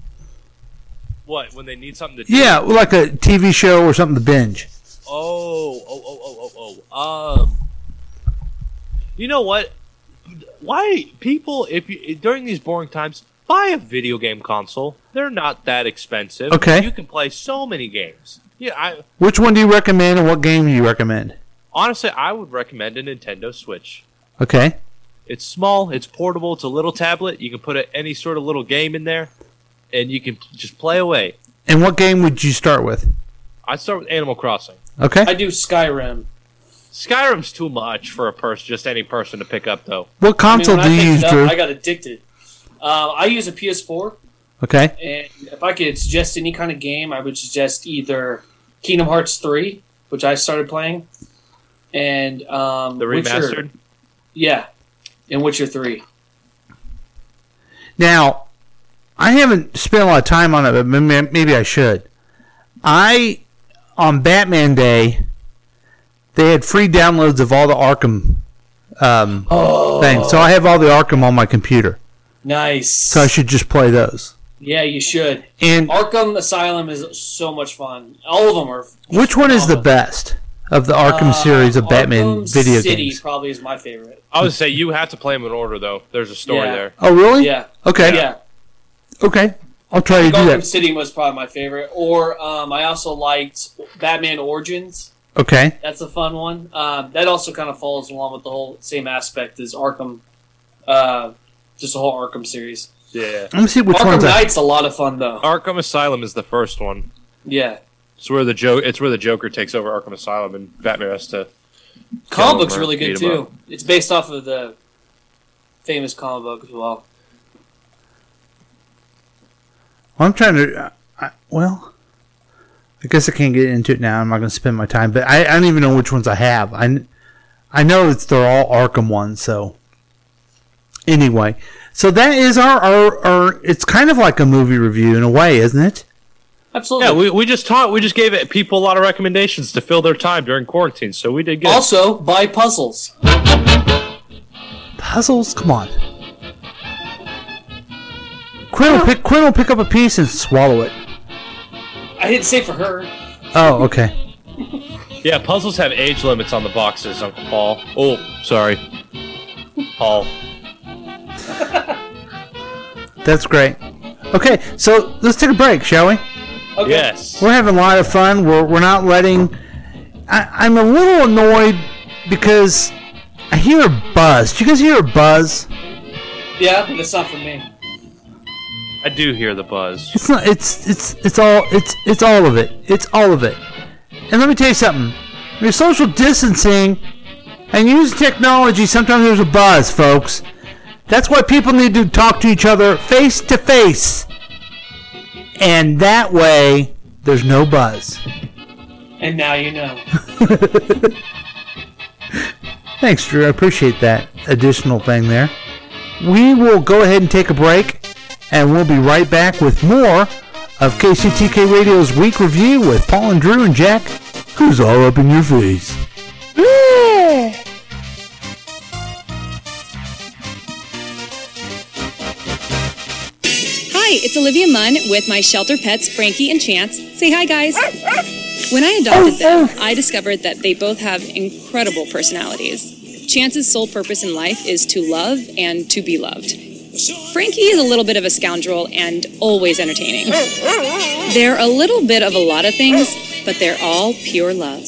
D: What? When they need something to do?
B: Yeah, like a TV show or something to binge.
D: Oh, oh, oh, oh, oh, oh. Um, you know what? Why people? If you during these boring times, buy a video game console. They're not that expensive.
B: Okay.
D: you can play so many games. Yeah, I
B: Which one do you recommend, and what game do you recommend?
D: honestly, I would recommend a Nintendo Switch.
B: Okay.
D: It's small, it's portable, it's a little tablet. You can put a, any sort of little game in there, and you can just play away.
B: And what game would you start with?
D: I'd start with Animal Crossing.
B: Okay. I
J: do Skyrim.
D: Skyrim's too much for a person, just any person to pick up, though.
B: What console
J: when
B: do you
J: picked
B: use,
J: it up,
B: Drew?
J: I got addicted. Um, I use a PS4,
B: Okay.
J: and if I could suggest any kind of game, I would suggest either Kingdom Hearts 3, which I started playing, and um,
D: The
J: Witcher.
D: remastered?
J: Yeah, and Witcher 3.
B: Now, I haven't spent a lot of time on it, but may- maybe I should. I on Batman Day, they had free downloads of all the Arkham um, things, so I have all the Arkham on my computer.
J: Oh. Nice.
B: So I should just play those.
J: Yeah, you should.
B: And-
J: Arkham Asylum is so much fun. All of them are.
B: Which one is the best of the Arkham series of Batman
J: Oh. Uh, Arkham
B: video
J: City
B: games?
J: probably is my favorite.
D: I would say you have to play them in order, though. There's a story
J: Yeah.
D: there.
B: Oh, really?
J: Yeah.
B: Okay.
J: Yeah.
B: Okay. I'll try to do
J: Gotham
B: that.
J: City was probably my favorite. Or um, I also liked Batman Origins.
B: Okay.
J: That's a fun one. Um, that also kind of follows along with the whole same aspect as Arkham, uh, just the whole Arkham series.
D: Yeah.
B: Let me see which
J: Arkham
B: ones I-
J: Knight's a lot of fun though.
D: Arkham Asylum is the first one.
J: Yeah.
D: It's where the jo- It's where the Joker takes over Arkham Asylum, and Batman has to. kill him
J: Comic book's
D: or
J: really good
D: beat him
J: too.
D: up.
J: It's based off of the famous comic book as well.
B: Well, I'm trying to. I, well, I guess I can't get into it now. I'm not going to spend my time, but I, I don't even know which ones I have. I, kn- I know it's they're all Arkham ones. So anyway, so that is our, our our. It's kind of like a movie review in a way, isn't it?
J: Absolutely.
D: Yeah, we, we just taught. We just gave it, people a lot of recommendations to fill their time during quarantine, so we did good.
J: Also, buy puzzles.
B: Puzzles. Come on. Quinn will, pick, Quinn will pick up a piece and swallow it.
J: I didn't say for her.
B: Oh, okay.
D: Yeah, puzzles have age limits on the boxes, Uncle Paul. Oh, sorry, Paul.
B: That's great. Okay, so let's take a break, shall we?
D: Yes.
B: We're having a lot of fun. We're, we're not letting. I, I'm a little annoyed because I hear a buzz. Do you guys hear a buzz?
J: Yeah, but it's not for me.
D: I do hear the buzz.
B: It's not. It's it's it's all it's it's all of it. It's all of it. And let me tell you something. When You're social distancing and using technology. Sometimes there's a buzz, folks. That's why people need to talk to each other face to face. And that way, there's no buzz.
J: And now you
B: [laughs]
J: know.
B: [laughs] Thanks, Drew. I appreciate that additional thing there. We will go ahead and take a break, and we'll be right back with more of KCTK Radio's week review with Paul and Drew and Jack, who's all up in your face.
T: Hi, it's Olivia Munn with my shelter pets, Frankie and Chance. Say hi, guys. When I adopted them, I discovered that they both have incredible personalities. Chance's sole purpose in life is to love and to be loved. Frankie is a little bit of a scoundrel and always entertaining. They're a little bit of a lot of things, but they're all pure love.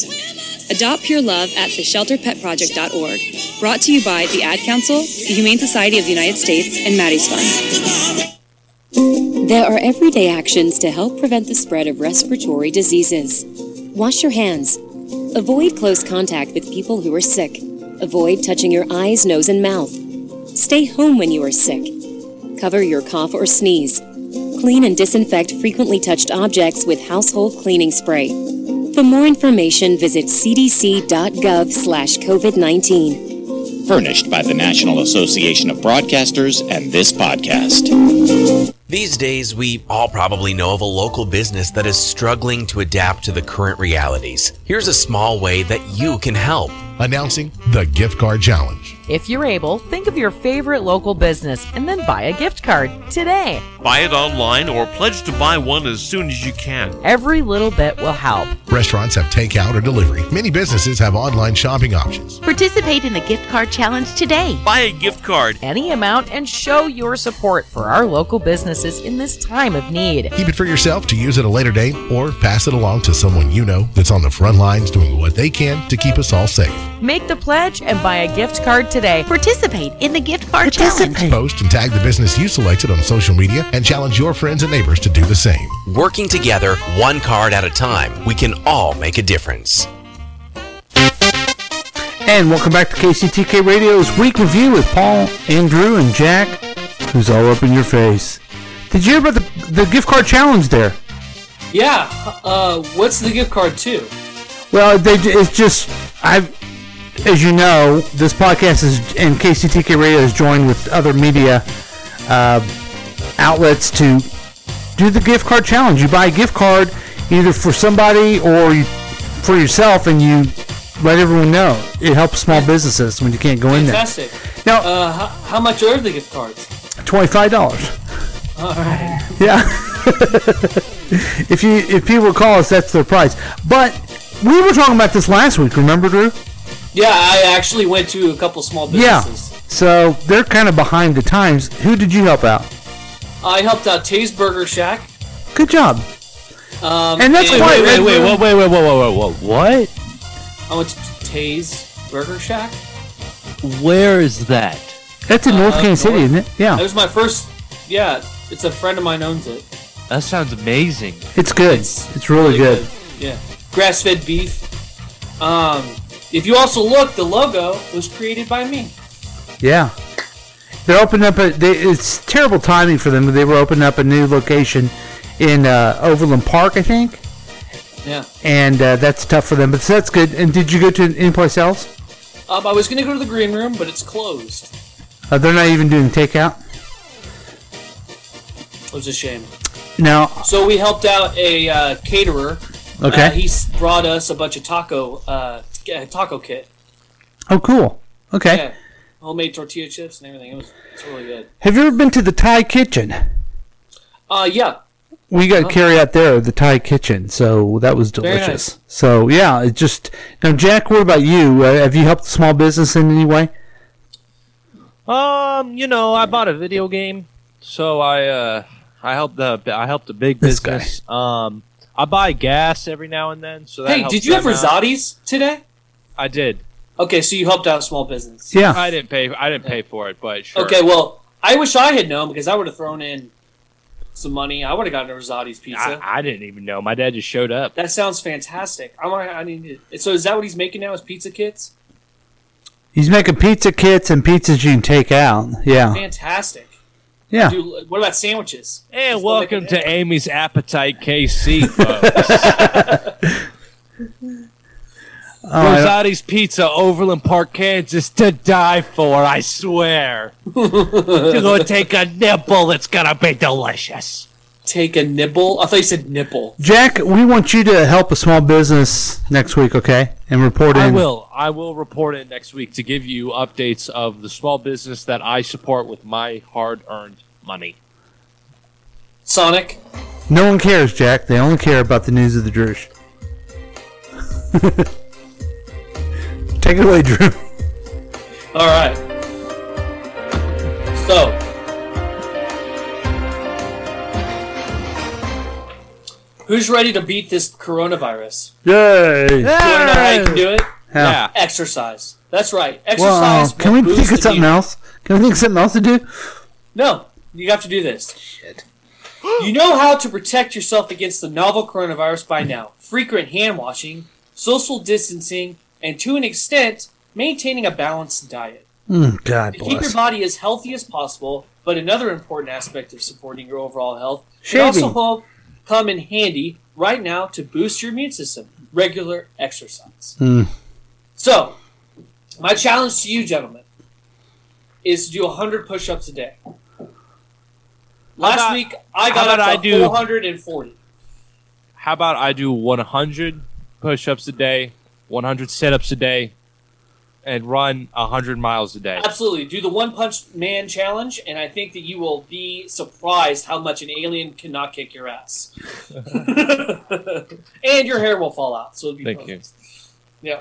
T: Adopt pure love at theshelterpetproject.org. Brought to you by the Ad Council, the Humane Society of the United States, and Maddie's Fund.
U: There are everyday actions to help prevent the spread of respiratory diseases. Wash your hands. Avoid close contact with people who are sick. Avoid touching your eyes, nose, and mouth. Stay home when you are sick. Cover your cough or sneeze. Clean and disinfect frequently touched objects with household cleaning spray. For more information, visit cdc.gov slash COVID-19.
V: Furnished by the National Association of Broadcasters and this podcast.
I: These days, we all probably know of a local business that is struggling to adapt to the current realities. Here's a small way that you can help.
Q: Announcing the Gift Card Challenge.
O: If you're able, think of your favorite local business and then buy a gift card today.
P: Buy it online or pledge to buy one as soon as you can.
O: Every little bit will help.
Q: Restaurants have takeout or delivery. Many businesses have online shopping options.
O: Participate in the gift card challenge today.
P: Buy a gift card.
O: Any amount and show your support for our local businesses in this time of need.
Q: Keep it for yourself to use at a later date or pass it along to someone you know that's on the front lines doing what they can to keep us all safe.
O: Make the pledge and buy a gift card today. Participate in the gift card challenge.
Q: Post and tag the business you selected on social media and challenge your friends and neighbors to do the same.
I: Working together, one card at a time, we can all make a difference.
B: And welcome back to KCTK Radio's Week Review with Paul, Andrew, and Jack, who's all up in your face. Did you hear about the, the gift card challenge there?
J: Yeah. Uh, what's the gift card to?
B: Well, they, it's just I, as you know, this podcast is and KCTK Radio is joined with other media uh, outlets to do the gift card challenge. You buy a gift card either for somebody or you, for yourself, and you let everyone know. It helps small businesses when you can't go in there.
J: Fantastic. Now, uh, how, how much are the gift cards?
B: Twenty-five dollars.
J: All right.
B: Yeah. [laughs] if you if people call us, that's their price. But we were talking about this last week. Remember, Drew?
J: Yeah, I actually went to a couple small
B: Yeah.
J: businesses.
B: So they're kind of behind the times. Who did you help out?
J: I helped out Tay's Burger Shack.
B: Good job.
J: Um,
B: And that's why- Wait, wait, wait, whoa,
D: wait, wait, whoa, whoa, whoa, what?
J: I went to Tay's Burger Shack.
B: Where is that? That's in North
J: Uh,
B: Kansas City,
J: North-
B: isn't it?
J: It
B: Yeah,
J: was my first. Yeah, it's a friend of mine owns it.
D: That sounds amazing.
B: it's good. It's, really, good.
J: Yeah, grass fed beef. Um, if you also look, the logo was created by me.
B: Yeah, they're opening up. A, they, it's terrible timing for them. They were opening up a new location in uh, Overland Park, I think,
J: Yeah.
B: and uh, that's tough for them. But so that's good. And did you go to any place else?
J: Um, I was gonna go to the green room, but it's closed.
B: Uh, they're not even doing takeout
J: It was a shame.
B: now.
J: So we helped out a uh, caterer.
B: Okay.
J: Uh, he s- brought us a bunch of taco uh, yeah, taco kit.
B: Oh, cool. Okay.
J: Yeah. Homemade tortilla chips and everything. It was it's really good.
B: Have you ever been to the Thai kitchen?
J: Uh, yeah. Uh-huh.
B: We got carry out there, the Thai kitchen, so that was
J: Very
B: delicious.
J: nice.
B: So yeah, it just now, Jack. What about you? Uh, have you helped the small business in any way?
D: Um, you know, I bought a video game, so I uh, I helped the I helped a big business. Um, I buy gas every now and then, so that
J: Hey,
D: helps
J: did you have
D: them out.
J: risottis today?
D: I did.
J: Okay, so you helped out small business.
D: I didn't pay. I didn't pay for it, but sure.
J: Okay, well, I wish I had known because I would have thrown in some money. I would have gotten a risottis pizza.
D: I, I didn't even know. My dad just showed up.
J: that sounds fantastic. I want. I need. To, so is that what he's making now? Is pizza kits?
B: He's making pizza kits and pizzas you can take out. Yeah,
J: Fantastic.
B: yeah.
J: Do, what about sandwiches?
D: And welcome to Amy's Appetite KC, folks.
B: Oh, I don't-
D: Rosati's Pizza, Overland Park, Kansas, to die for, I swear. You're going to take a nibble, it's going to be delicious.
J: Take a nibble? I thought you said nipple.
B: Jack, we want you to help a small business next week, okay? And report in.
D: I will. I will report it next week to give you updates of the small business that I support with my hard earned money.
J: Sonic.
B: No one cares, Jack. They only care about the news of the Drush. [laughs] take it away, Drew.
J: All right. So, Who's ready to beat this coronavirus?
B: Yay!
J: You wanna know how you can do it?
B: How? Yeah.
J: Exercise. That's right.
B: Wow.
J: Exercise.
B: Can
J: will
B: we think
J: boost
B: of something
J: immune-
B: else? Can we think of something else to do?
J: No, you have to do this. You know how to protect yourself against the novel coronavirus by now. Frequent hand washing, social distancing, and to an extent, maintaining a balanced diet.
B: Mm, God
J: To keep your
B: bless.
J: body as healthy as possible, but another important aspect of supporting your overall health should
B: Shaving.
J: also help come in handy right now to boost your immune system. Regular exercise.
B: Mm.
J: So, my challenge to you, gentlemen, is to do 100 push ups a day. Last
D: about-
J: week, I
D: how
J: got up
D: about
J: to
D: I do-
J: 440.
D: How about I do 100 push-ups a day, 100 sit-ups a day, and run 100 miles a day?
J: Absolutely. Do the One Punch Man challenge, and I think that you will be surprised how much an alien cannot kick your ass. and your hair will fall out, so it'll be
D: Thank
J: perfect.
D: you.
J: Yeah.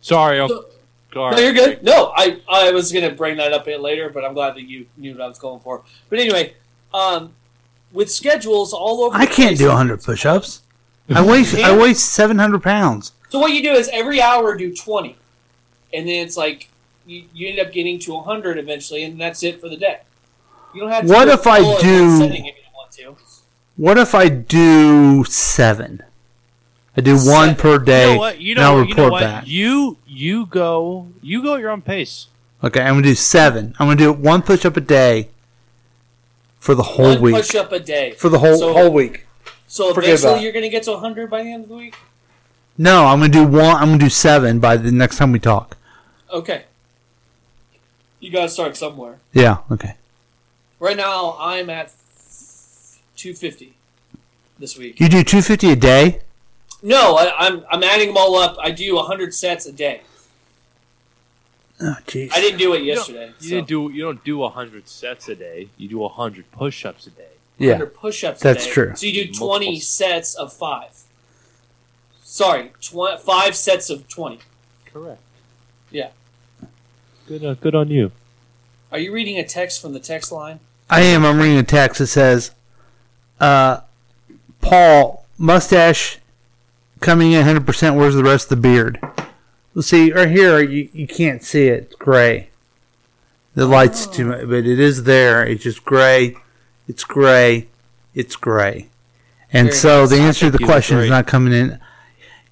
D: Sorry, I'll,
J: So-
D: sorry.
J: No, you're good. No, I, I was going to bring that up later, but I'm glad that you knew what I was going for. But anyway, um, with schedules all over the
B: I can't
J: place-
B: do 100 push-ups. I weigh
D: [laughs]
B: I weigh 700 pounds.
J: So what you do is every hour do 20. And then it's like you, you end up getting to 100 eventually, and that's it for the day. You don't have to
B: What
J: do it
B: if I
J: all in one
B: do-
J: sitting if you don't want to.
B: What if I do seven? I do one per day,
D: You know what? You
B: and I'll
D: know,
B: report
D: you know what?
B: back.
D: You you go you go at your own pace.
B: Okay, I'm gonna do seven. I'm gonna do one push-up a day for the whole
J: One
B: week.
J: push-up a day.
B: for the whole
J: So-
B: whole week.
J: So
B: Forget about
J: eventually
B: it.
J: you're going to get to 100 by the end of the week?
B: No, I'm gonna do one. I'm gonna do seven by the next time we talk.
J: Okay. You got to start somewhere.
B: Yeah. Okay.
J: Right now, I'm at 250 this week.
B: You do 250 a day.
J: No, I, I'm I'm adding them all up. I do 100 sets a day.
B: Oh, jeez.
J: I didn't do it
D: You don't-
J: yesterday.
D: You didn't do you don't do 100 sets a day. You do 100 push-ups a day.
B: Yeah,
J: 100 push-ups.
B: that's
J: a day.
B: true.
J: So you do
D: Multiple
J: 20 sets of five. Sorry, tw- five sets of 20.
D: Correct.
J: Yeah.
D: Good on, good on you.
J: Are you reading a text from the text line?
B: I am. I'm reading a text that says, uh, "Paul mustache coming in 100. percent Where's the rest of the beard?" Let's see. Right here, you you can't see it. It's gray. The light's too much, but it is there. It's just gray. It's gray. It's gray. And
C: Very
B: so
C: nice.
B: the
C: I
B: answer to
C: think
B: the
C: you look
B: question is
C: great.
B: not coming in.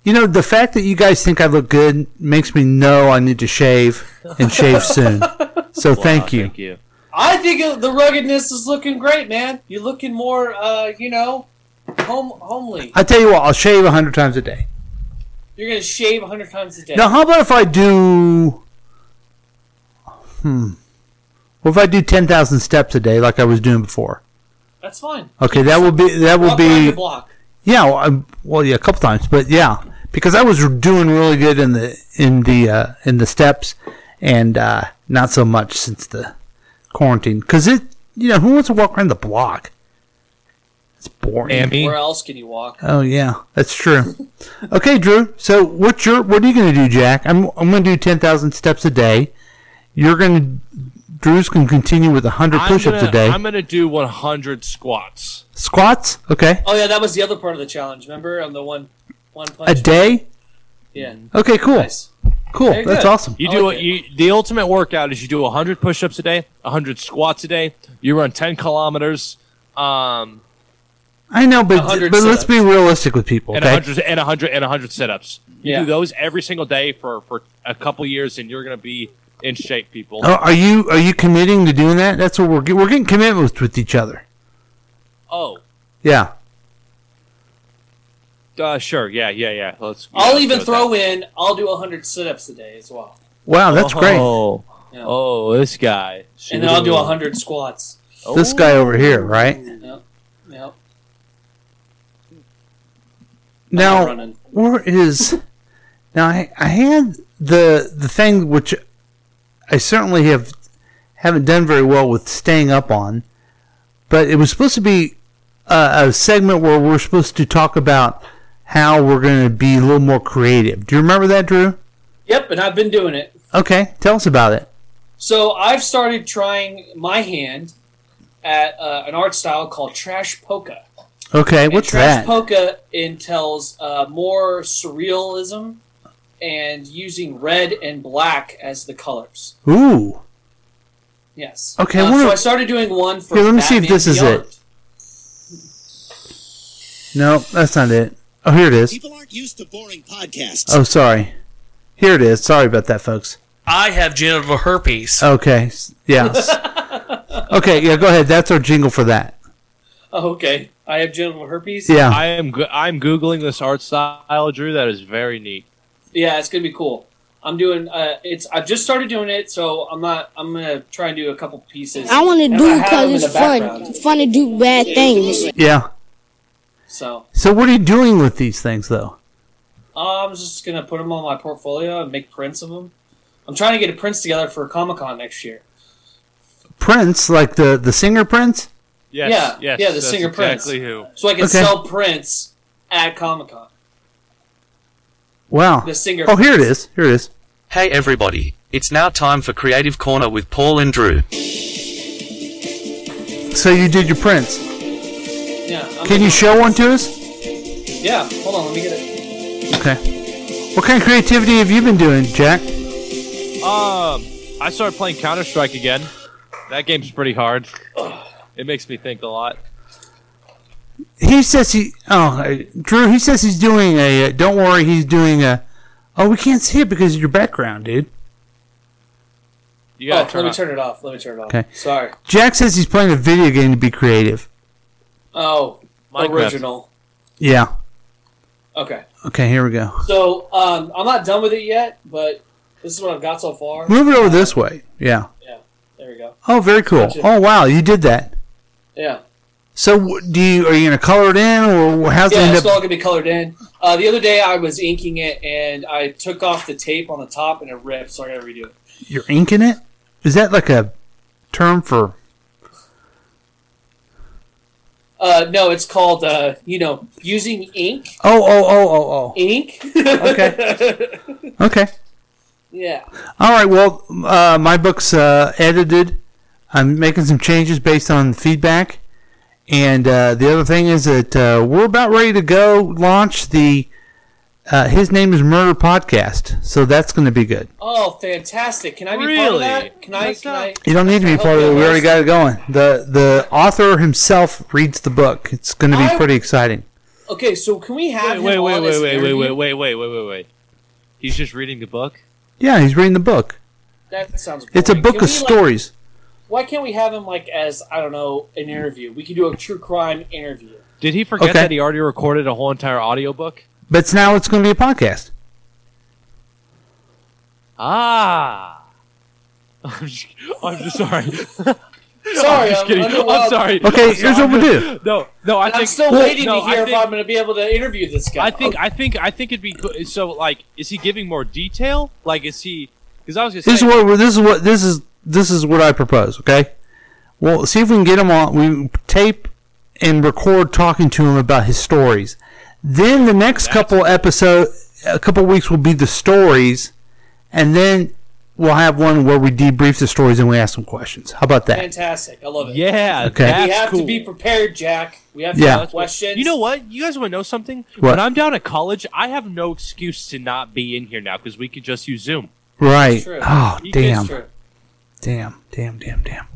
B: You know, the fact that you guys think I look good makes me know I need to shave and
C: [laughs]
B: shave soon. So
D: Wow,
B: thank you.
D: Thank you.
J: I think it- the ruggedness is looking great, man. You're looking more, uh, you know, home homely.
B: I tell you what, I'll shave a hundred times a day.
J: You're gonna shave 100 times a day.
B: Now, how about if I do? Hmm. What if I do ten thousand steps a day, like I was doing before?
J: That's fine.
B: Okay, that will be that will
J: Walk around
B: be
J: your block.
B: yeah. Well, I, well, yeah, a couple times, but yeah, because I was doing really good in the in the uh, in the steps, and uh, not so much since the quarantine. Because it, you know, who wants to walk around the block? It's boring.
J: Where else can you walk?
B: Oh yeah, that's true. okay, Drew. So what's your what are you going to do, Jack? I'm I'm going to do ten thousand steps a day. You're going to Drew's going to continue with hundred
D: I'm
B: push-ups
D: gonna,
B: a day.
D: I'm gonna do 100 squats.
B: Squats, okay,
J: Oh yeah, that was the other part of the challenge. Remember, on the one, one punch
B: a day.
J: Yeah.
B: Okay, cool, cool.
D: Very
B: That's
D: good.
B: awesome.
D: You do it. You, the ultimate workout is you do 100 push-ups a day, 100 squats a day. You run 10 kilometers, um,
B: I know, but
D: 100
B: but let's be realistic with people.
D: and
B: Okay,
D: 100 and 100 and 100 sit-ups. You
B: Yeah.
D: do those every single day for for a couple years, and you're gonna be in shape, people.
B: Oh, are, are you are you committing to doing that? That's what we're get- we're getting commitments with each other.
D: Oh,
B: Yeah,
D: uh, sure. Yeah, yeah, yeah. Let's. yeah,
J: I'll
D: let's
J: even
D: go with
J: throw in. I'll do hundred sit-ups a day as well,
B: Wow, that's great.
D: Oh,
J: Yeah.
D: oh, this guy.
J: and then I'll do hundred squats.
B: this guy over here, right?
J: Yep. Yep.
B: Now, where is now? I, I had the the thing which I certainly have haven't done very well with staying up on, but it was supposed to be a, a segment where we're supposed to talk about how we're going to be a little more creative. Do you remember that, Drew?
J: Yep. And I've been doing it.
B: Okay, tell us about it.
J: So I've started trying my hand at uh, an art style called trash polka.
B: Okay, what's
J: Trash
B: that?
J: polka entails uh, more surrealism and using red and black as the colors.
B: Ooh.
J: Yes.
B: Okay,
J: Uh,
B: one
J: so
B: of-
J: I started doing one for.
B: Here, let me see if
J: Batman
B: this is
J: Beyond.
B: it. No, that's not it. Oh, here it is.
C: Podcast.
B: Oh, sorry. Here it is. Sorry about that, folks.
C: I have genital herpes.
B: Okay. s-
J: [laughs]
B: Yeah. okay. Oh, Yeah. [laughs] Go ahead. That's our jingle for that.
J: Oh, okay. I have genital herpes.
B: Yeah.
D: I am. Go- I'm googling this art style, Drew. That is very neat.
J: [laughs] Yeah, it's gonna be cool. I'm doing. Uh, it's. I've just started doing it, so I'm not. I'm gonna try and do a couple pieces.
G: I want to
J: And
G: do
J: have them in
G: because
J: the
G: it's fun.
J: background.
G: It's fun to do bad things.
B: Yeah.
J: So
B: So, what are you doing with these things, though?
J: uh, I'm just gonna put them on my portfolio and make prints of them. I'm trying to get a prints together for Comic Con next year.
B: Prints, like the the singer prints.
D: Yes,
J: yeah,
D: yes,
J: yeah. The
D: that's
J: singer prints.
D: exactly who.
J: So I can
B: Okay.
J: sell prints at Comic Con.
B: Wow.
J: The singer
B: Oh, here it is. Here it is.
W: Hey everybody, it's now time for Creative Corner with Paul and Drew.
B: So you did your prints.
J: Yeah. I'm
B: Can you show one to us?
J: Yeah. Hold on. Let me get it.
B: Okay. What kind of creativity have you been doing, Jack?
D: Um, I started playing Counter Strike again. That game's pretty hard.
J: [sighs]
D: It makes me think a lot.
B: He says he. Oh, uh, Drew. He says he's doing a. Uh, don't worry, he's doing a. Oh, we can't see it because of your background, dude.
D: You gotta
J: oh,
D: turn
J: let me
D: off-
J: turn it off. Let me turn it off.
B: Okay.
J: Sorry.
B: Jack says he's playing a video game to be creative.
J: Oh,
D: Minecraft.
J: original.
B: Yeah.
J: Okay.
B: Okay. Here we go.
J: So um, I'm not done with it yet, but this is what I've got so far.
B: Move it over this way. Yeah.
J: Yeah. There we go.
B: Oh, very cool.
J: Gotcha.
B: Oh, wow, you did that.
J: Yeah.
B: So, w- do you are you gonna color it in, or how's
J: yeah,
B: it
J: it's
B: end
J: all
B: up?
J: gonna be colored in. Uh, the other day I was inking it and I took off the tape on the top and it ripped, so I gotta redo it.
B: You're inking it. Is that like a term for?
J: Uh, no, it's called uh, you know using ink.
B: Oh, oh, oh, oh, oh.
J: Ink.
B: Okay.
J: oh.
B: Okay.
J: [laughs] yeah.
B: All right. Well, uh, my book's uh, edited. I'm making some changes based on feedback. And uh, the other thing is that uh, we're about ready to go launch the uh, His Name is Murder podcast. So that's going to be good.
J: Oh, fantastic! Can I be part of that? Can I? Can I?
B: You don't need to be part of it. We already got it going. The the author himself reads the book. It's going to be
J: I-
B: pretty exciting.
J: Okay, so can we have
D: Wait, wait,
J: him
D: wait,
J: on
D: wait,
J: as an
D: wait, wait,
J: interview?
D: wait, wait, wait, wait, wait, wait. He's just reading the book.
B: Yeah, he's reading the book.
J: That sounds. Boring.
B: It's a book
J: Can
B: of
J: we, like-
B: stories.
J: why can't we have him like as I don't know an interview? We can do a true crime interview.
D: Did he forget
B: Okay.
D: that he already recorded a whole entire audiobook?
B: But it's now it's going to be a podcast.
D: Ah. [laughs] I'm just, I'm just sorry.
J: Sorry,
D: I'm just
J: I'm
D: kidding.
J: underwhelmed.
D: I'm sorry.
B: Okay,
D: I'm
B: here's
D: sorry.
B: what we'll
D: [laughs]
B: do.
D: No, no, I
J: And
D: think
J: I'm still
D: Well,
J: waiting
D: no,
J: to
D: I
J: hear
D: think-
J: if I'm going to be able to interview this guy.
D: I think I think I think it'd be good. so like is he giving more detail? Like is he because I was gonna
B: This is
D: say
B: what this is what this is this is what I propose. Okay, well, see if we can get him on. We tape and record talking to him about his stories. Then the next couple episode, a couple weeks will be the stories, and then we'll have one where we debrief the stories and we ask some questions. How about that?
J: Fantastic. I love it.
D: Yeah,
B: Okay. that's
J: we have
D: cool.
J: to be prepared, Jack. We have to
B: Yeah.
J: have questions.
D: You know what? You guys want to know something?
B: What?
D: When I'm down at college, I have no excuse to not be in here now because we could just use Zoom.
B: Right. Oh, damn. Damn. Damn. Damn. Damn.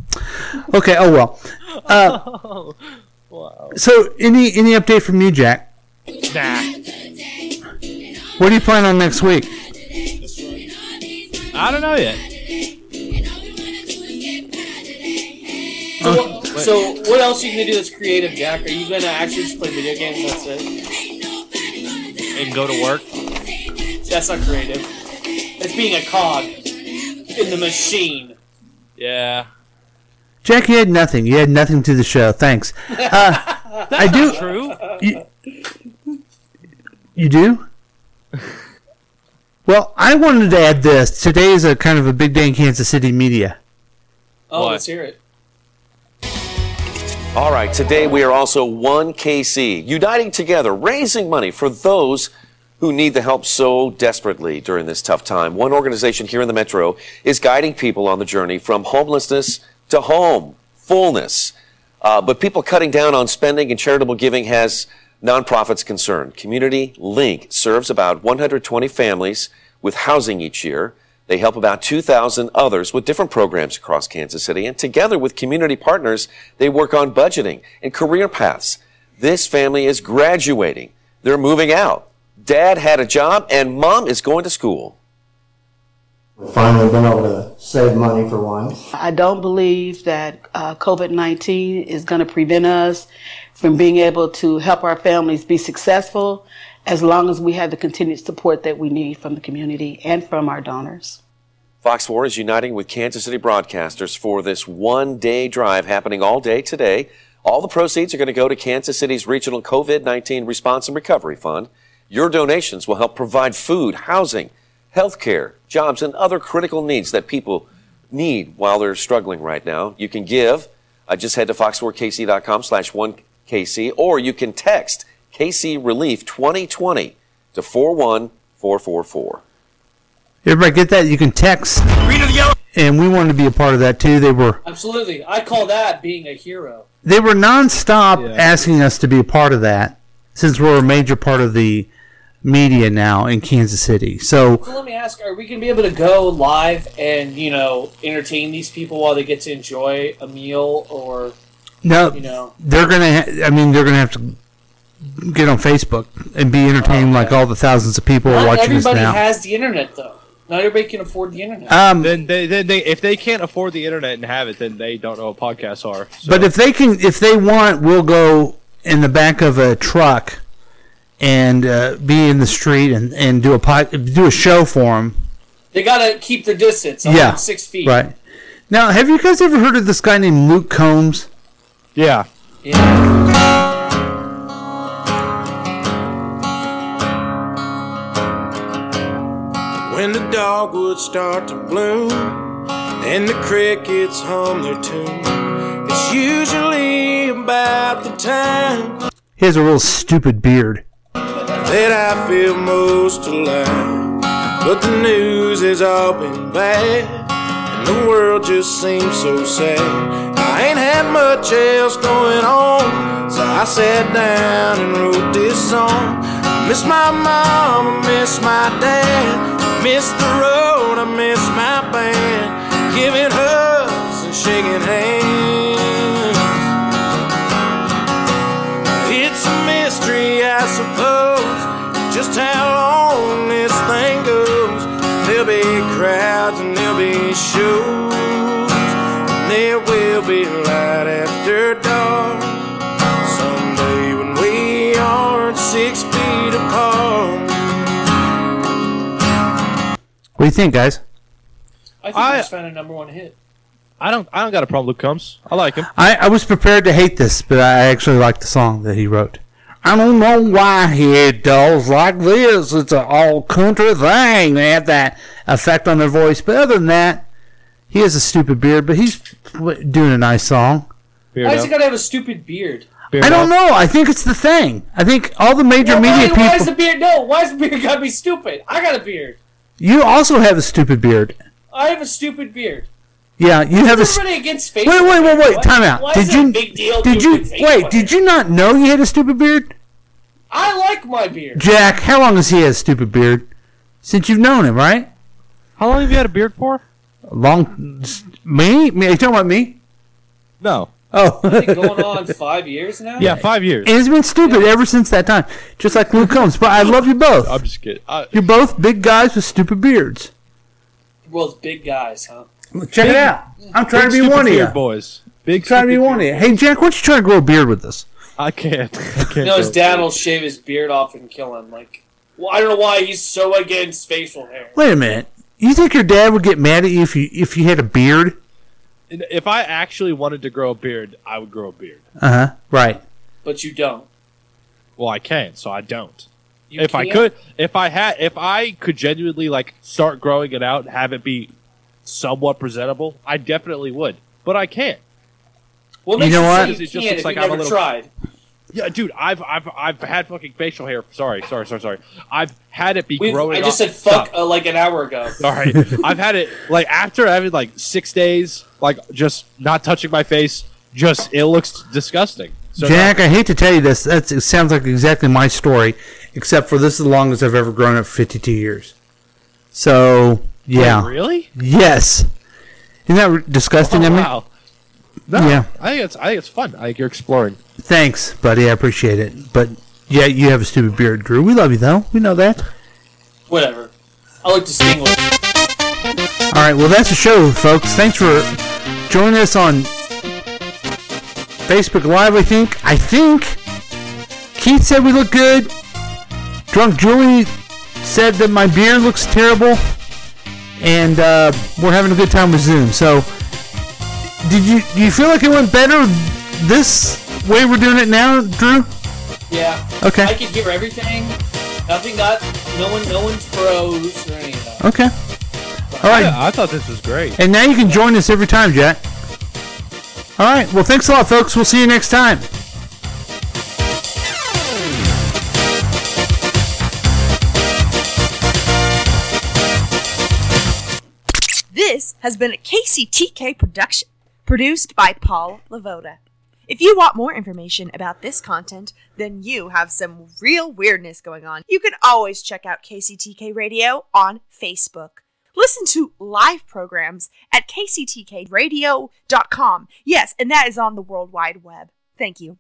B: Okay. Oh well. Uh,
D: Oh, wow.
B: so any any update from you, Jack?
D: Nah.
B: What do you plan on next week?
D: I don't know yet.
J: So, what, so what else are you going to do that's creative, Jack? Are you going to actually just play video games? That's it.
D: And go to work.
J: That's not creative. That's being a cog in the machine.
D: Yeah.
B: Jack, you had nothing. You had nothing to the show. Thanks. Uh, I do.
D: True.
B: You,
F: [laughs]
B: you do? Well, I wanted to add this. Today is a kind of a big day in Kansas City media.
J: Oh, let's hear it.
X: All right, today we are also 1KC, uniting together, raising money for those who need the help so desperately during this tough time. One organization here in the metro is guiding people on the journey from homelessness to home, fullness. Uh, but people cutting down on spending and charitable giving has nonprofits concerned. Community Link serves about 120 families with housing each year. They help about 2,000 others with different programs across Kansas City. And together with community partners, they work on budgeting and career paths. This family is graduating. They're moving out. Dad had a job and mom is going to school.
F: Finally, been able to save money for once.
Y: I don't believe that uh, COVID 19 is going to prevent us from being able to help our families be successful as long as we have the continued support that we need from the community and from our donors.
X: Fox 4 is uniting with Kansas City broadcasters for this one day drive happening all day today. All the proceeds are going to go to Kansas City's regional COVID 19 response and recovery fund. Your donations will help provide food, housing, health care, jobs, and other critical needs that people need while they're struggling right now. You can give. Uh, just head to fox4kc.com slash 1kc, or you can text KC Relief 2020 to 41444.
B: Everybody get that? You can text. And we wanted to be a part of that too. They were
J: Absolutely. I call that being a hero.
B: they were nonstop asking us to be a part of that since we're a major part of the media now in Kansas City. So
J: So let me ask, are we going to be able to go live and, you know, entertain these people while they get to enjoy a meal or,
B: no,
J: you know,
B: they're gonna. Ha- I mean, they're gonna have to get on Facebook and be entertained like all the thousands of people
J: Oh, not
B: are watching us
J: everybody
B: now. Um,
J: has the internet, though. Not everybody can afford the internet.
D: then they, then they, if they can't afford the internet and have it, then they don't know what podcasts are.
B: But if they can, if they want, we'll go in the back of a truck and uh, be in the street and, and do a pod, do a show for them.
J: They got to keep their distance. I'm
B: yeah,
J: Six feet.
B: Right now, have you guys ever heard of this guy named Luke Combs?
D: Yeah.
Z: When the dogwood start to bloom and the crickets hum their tune, it's usually about the time
B: He has a real stupid beard.
Z: that I feel most alive. But the news has all been bad, and the world just seems so sad. I ain't had much else going on, so I sat down and wrote this song. I miss my mom, I miss my dad, I miss the road, I miss my band, giving hugs and shaking hands. It's a mystery, I suppose, just how long this thing goes. There'll be crowds and there'll be shows, and there will be light after dark. Someday when we aren't six feet apart.
B: What do you think, guys?
J: I think
D: I-
J: I just found a number one hit.
D: I don't, I don't got a problem with Luke Combs. I like him.
B: I, I was prepared to hate this, but I actually like the song that he wrote. I don't know why he had dolls like this. It's an all country thing. They have that effect on their voice. But other than that, he has a stupid beard, but he's w- doing a nice song.
J: Why does he got to have a stupid beard?
B: I don't know. I think it's the thing. I think all the major
J: Why,
B: media people.
J: why is the beard? No, why is the beard got to be stupid? I got a beard.
B: you also have a stupid beard.
J: I have a stupid beard.
B: Yeah, you have a.
J: Is
B: st-
J: everybody against
B: wait,
J: Facebook?
B: wait, wait, wait.
J: Why-
B: Time out.
J: why
B: did
J: is it
B: you?
J: a big deal
B: did
J: to
B: you?
J: fake
B: Wait,
J: one?
B: did you not know you had a stupid beard,
J: I like my
B: [laughs]
J: beard.
B: Jack? How long has he had a stupid beard? Since you've known him, right?
D: How long have you had a beard for?
B: Long. Me? me are you talking about me?
D: No.
B: Oh.
J: Going
B: [laughs]
J: on five years now.
B: And it's been stupid ever since that time, just like Luke Combs. But I love you both.
D: I'm just kidding. I-
B: You're both big guys with stupid beards.
J: World's big guys, huh?
B: Check it out. I'm trying to be one of you.
D: boys. Big
B: trying to be one of you. Hey Jack, why don't you try to grow a beard with us?
D: I can't. [laughs] I can't.
J: You know, his
D: do it.
J: dad will shave his beard off and kill him. Like, well, I don't know why he's so against facial hair.
B: Wait a minute. You think your dad would get mad at you if you if you had a beard?
D: And If I actually wanted to grow a beard, I would grow a beard.
B: Uh huh. Right.
J: But you don't.
D: Well, I can, so I don't.
J: You
D: if I
J: can't?
D: could, if I had, if I could genuinely like start growing it out, and have it be somewhat presentable, I definitely would. But I can't.
J: Well,
B: You makes know you what? say
D: Because
B: you
D: it just
B: can't
D: looks
B: if
D: like
B: you
D: I'm a
B: never
D: little.
B: tried?
D: Yeah, dude, I've I've I've had fucking facial hair. Sorry, sorry, sorry, sorry. I've had it be
J: We've-
D: growing.
J: I just
D: off-
J: said fuck uh, like an hour ago.
D: Sorry, I've had it like after having like six days, like just not touching my face, just it looks disgusting. So
B: Jack, I hate to tell you this. That's, it sounds like exactly my story, except for this is the longest I've ever grown up 52 years. So, yeah.
D: Oh, really?
B: Yes. Isn't that r- disgusting,
D: Oh,
B: Emily?
D: wow. No,
B: Yeah.
D: I think it's I think it's fun. I think you're exploring.
B: Thanks, buddy. I appreciate it. But, yeah, you have a stupid beard, Drew. We love you, though. We know that.
J: Whatever. I like to sing with.
B: All right, well, that's the show, folks. Thanks for joining us on Facebook Live, I think. I think Keith said we look good. Drunk Julie said that my beard looks terrible. And uh, we're having a good time with Zoom. So, did you do you feel like it went better this way we're doing it now, Drew?
J: Yeah.
B: Okay.
J: I could give her everything. Nothing got. No one. No one froze or any of that.
B: Okay. All right.
D: Yeah, I thought this was great.
B: And now you can join us every time, Jack. All right. Well, thanks a lot, folks. We'll see you next time.
H: This has been a KCTK production, produced by Paul Lavoda. If you want more information about this content, then you have some real weirdness going on. You can always check out KCTK Radio on Facebook. Listen to live programs at kctkradio.com. Yes, and that is on the World Wide Web. Thank you.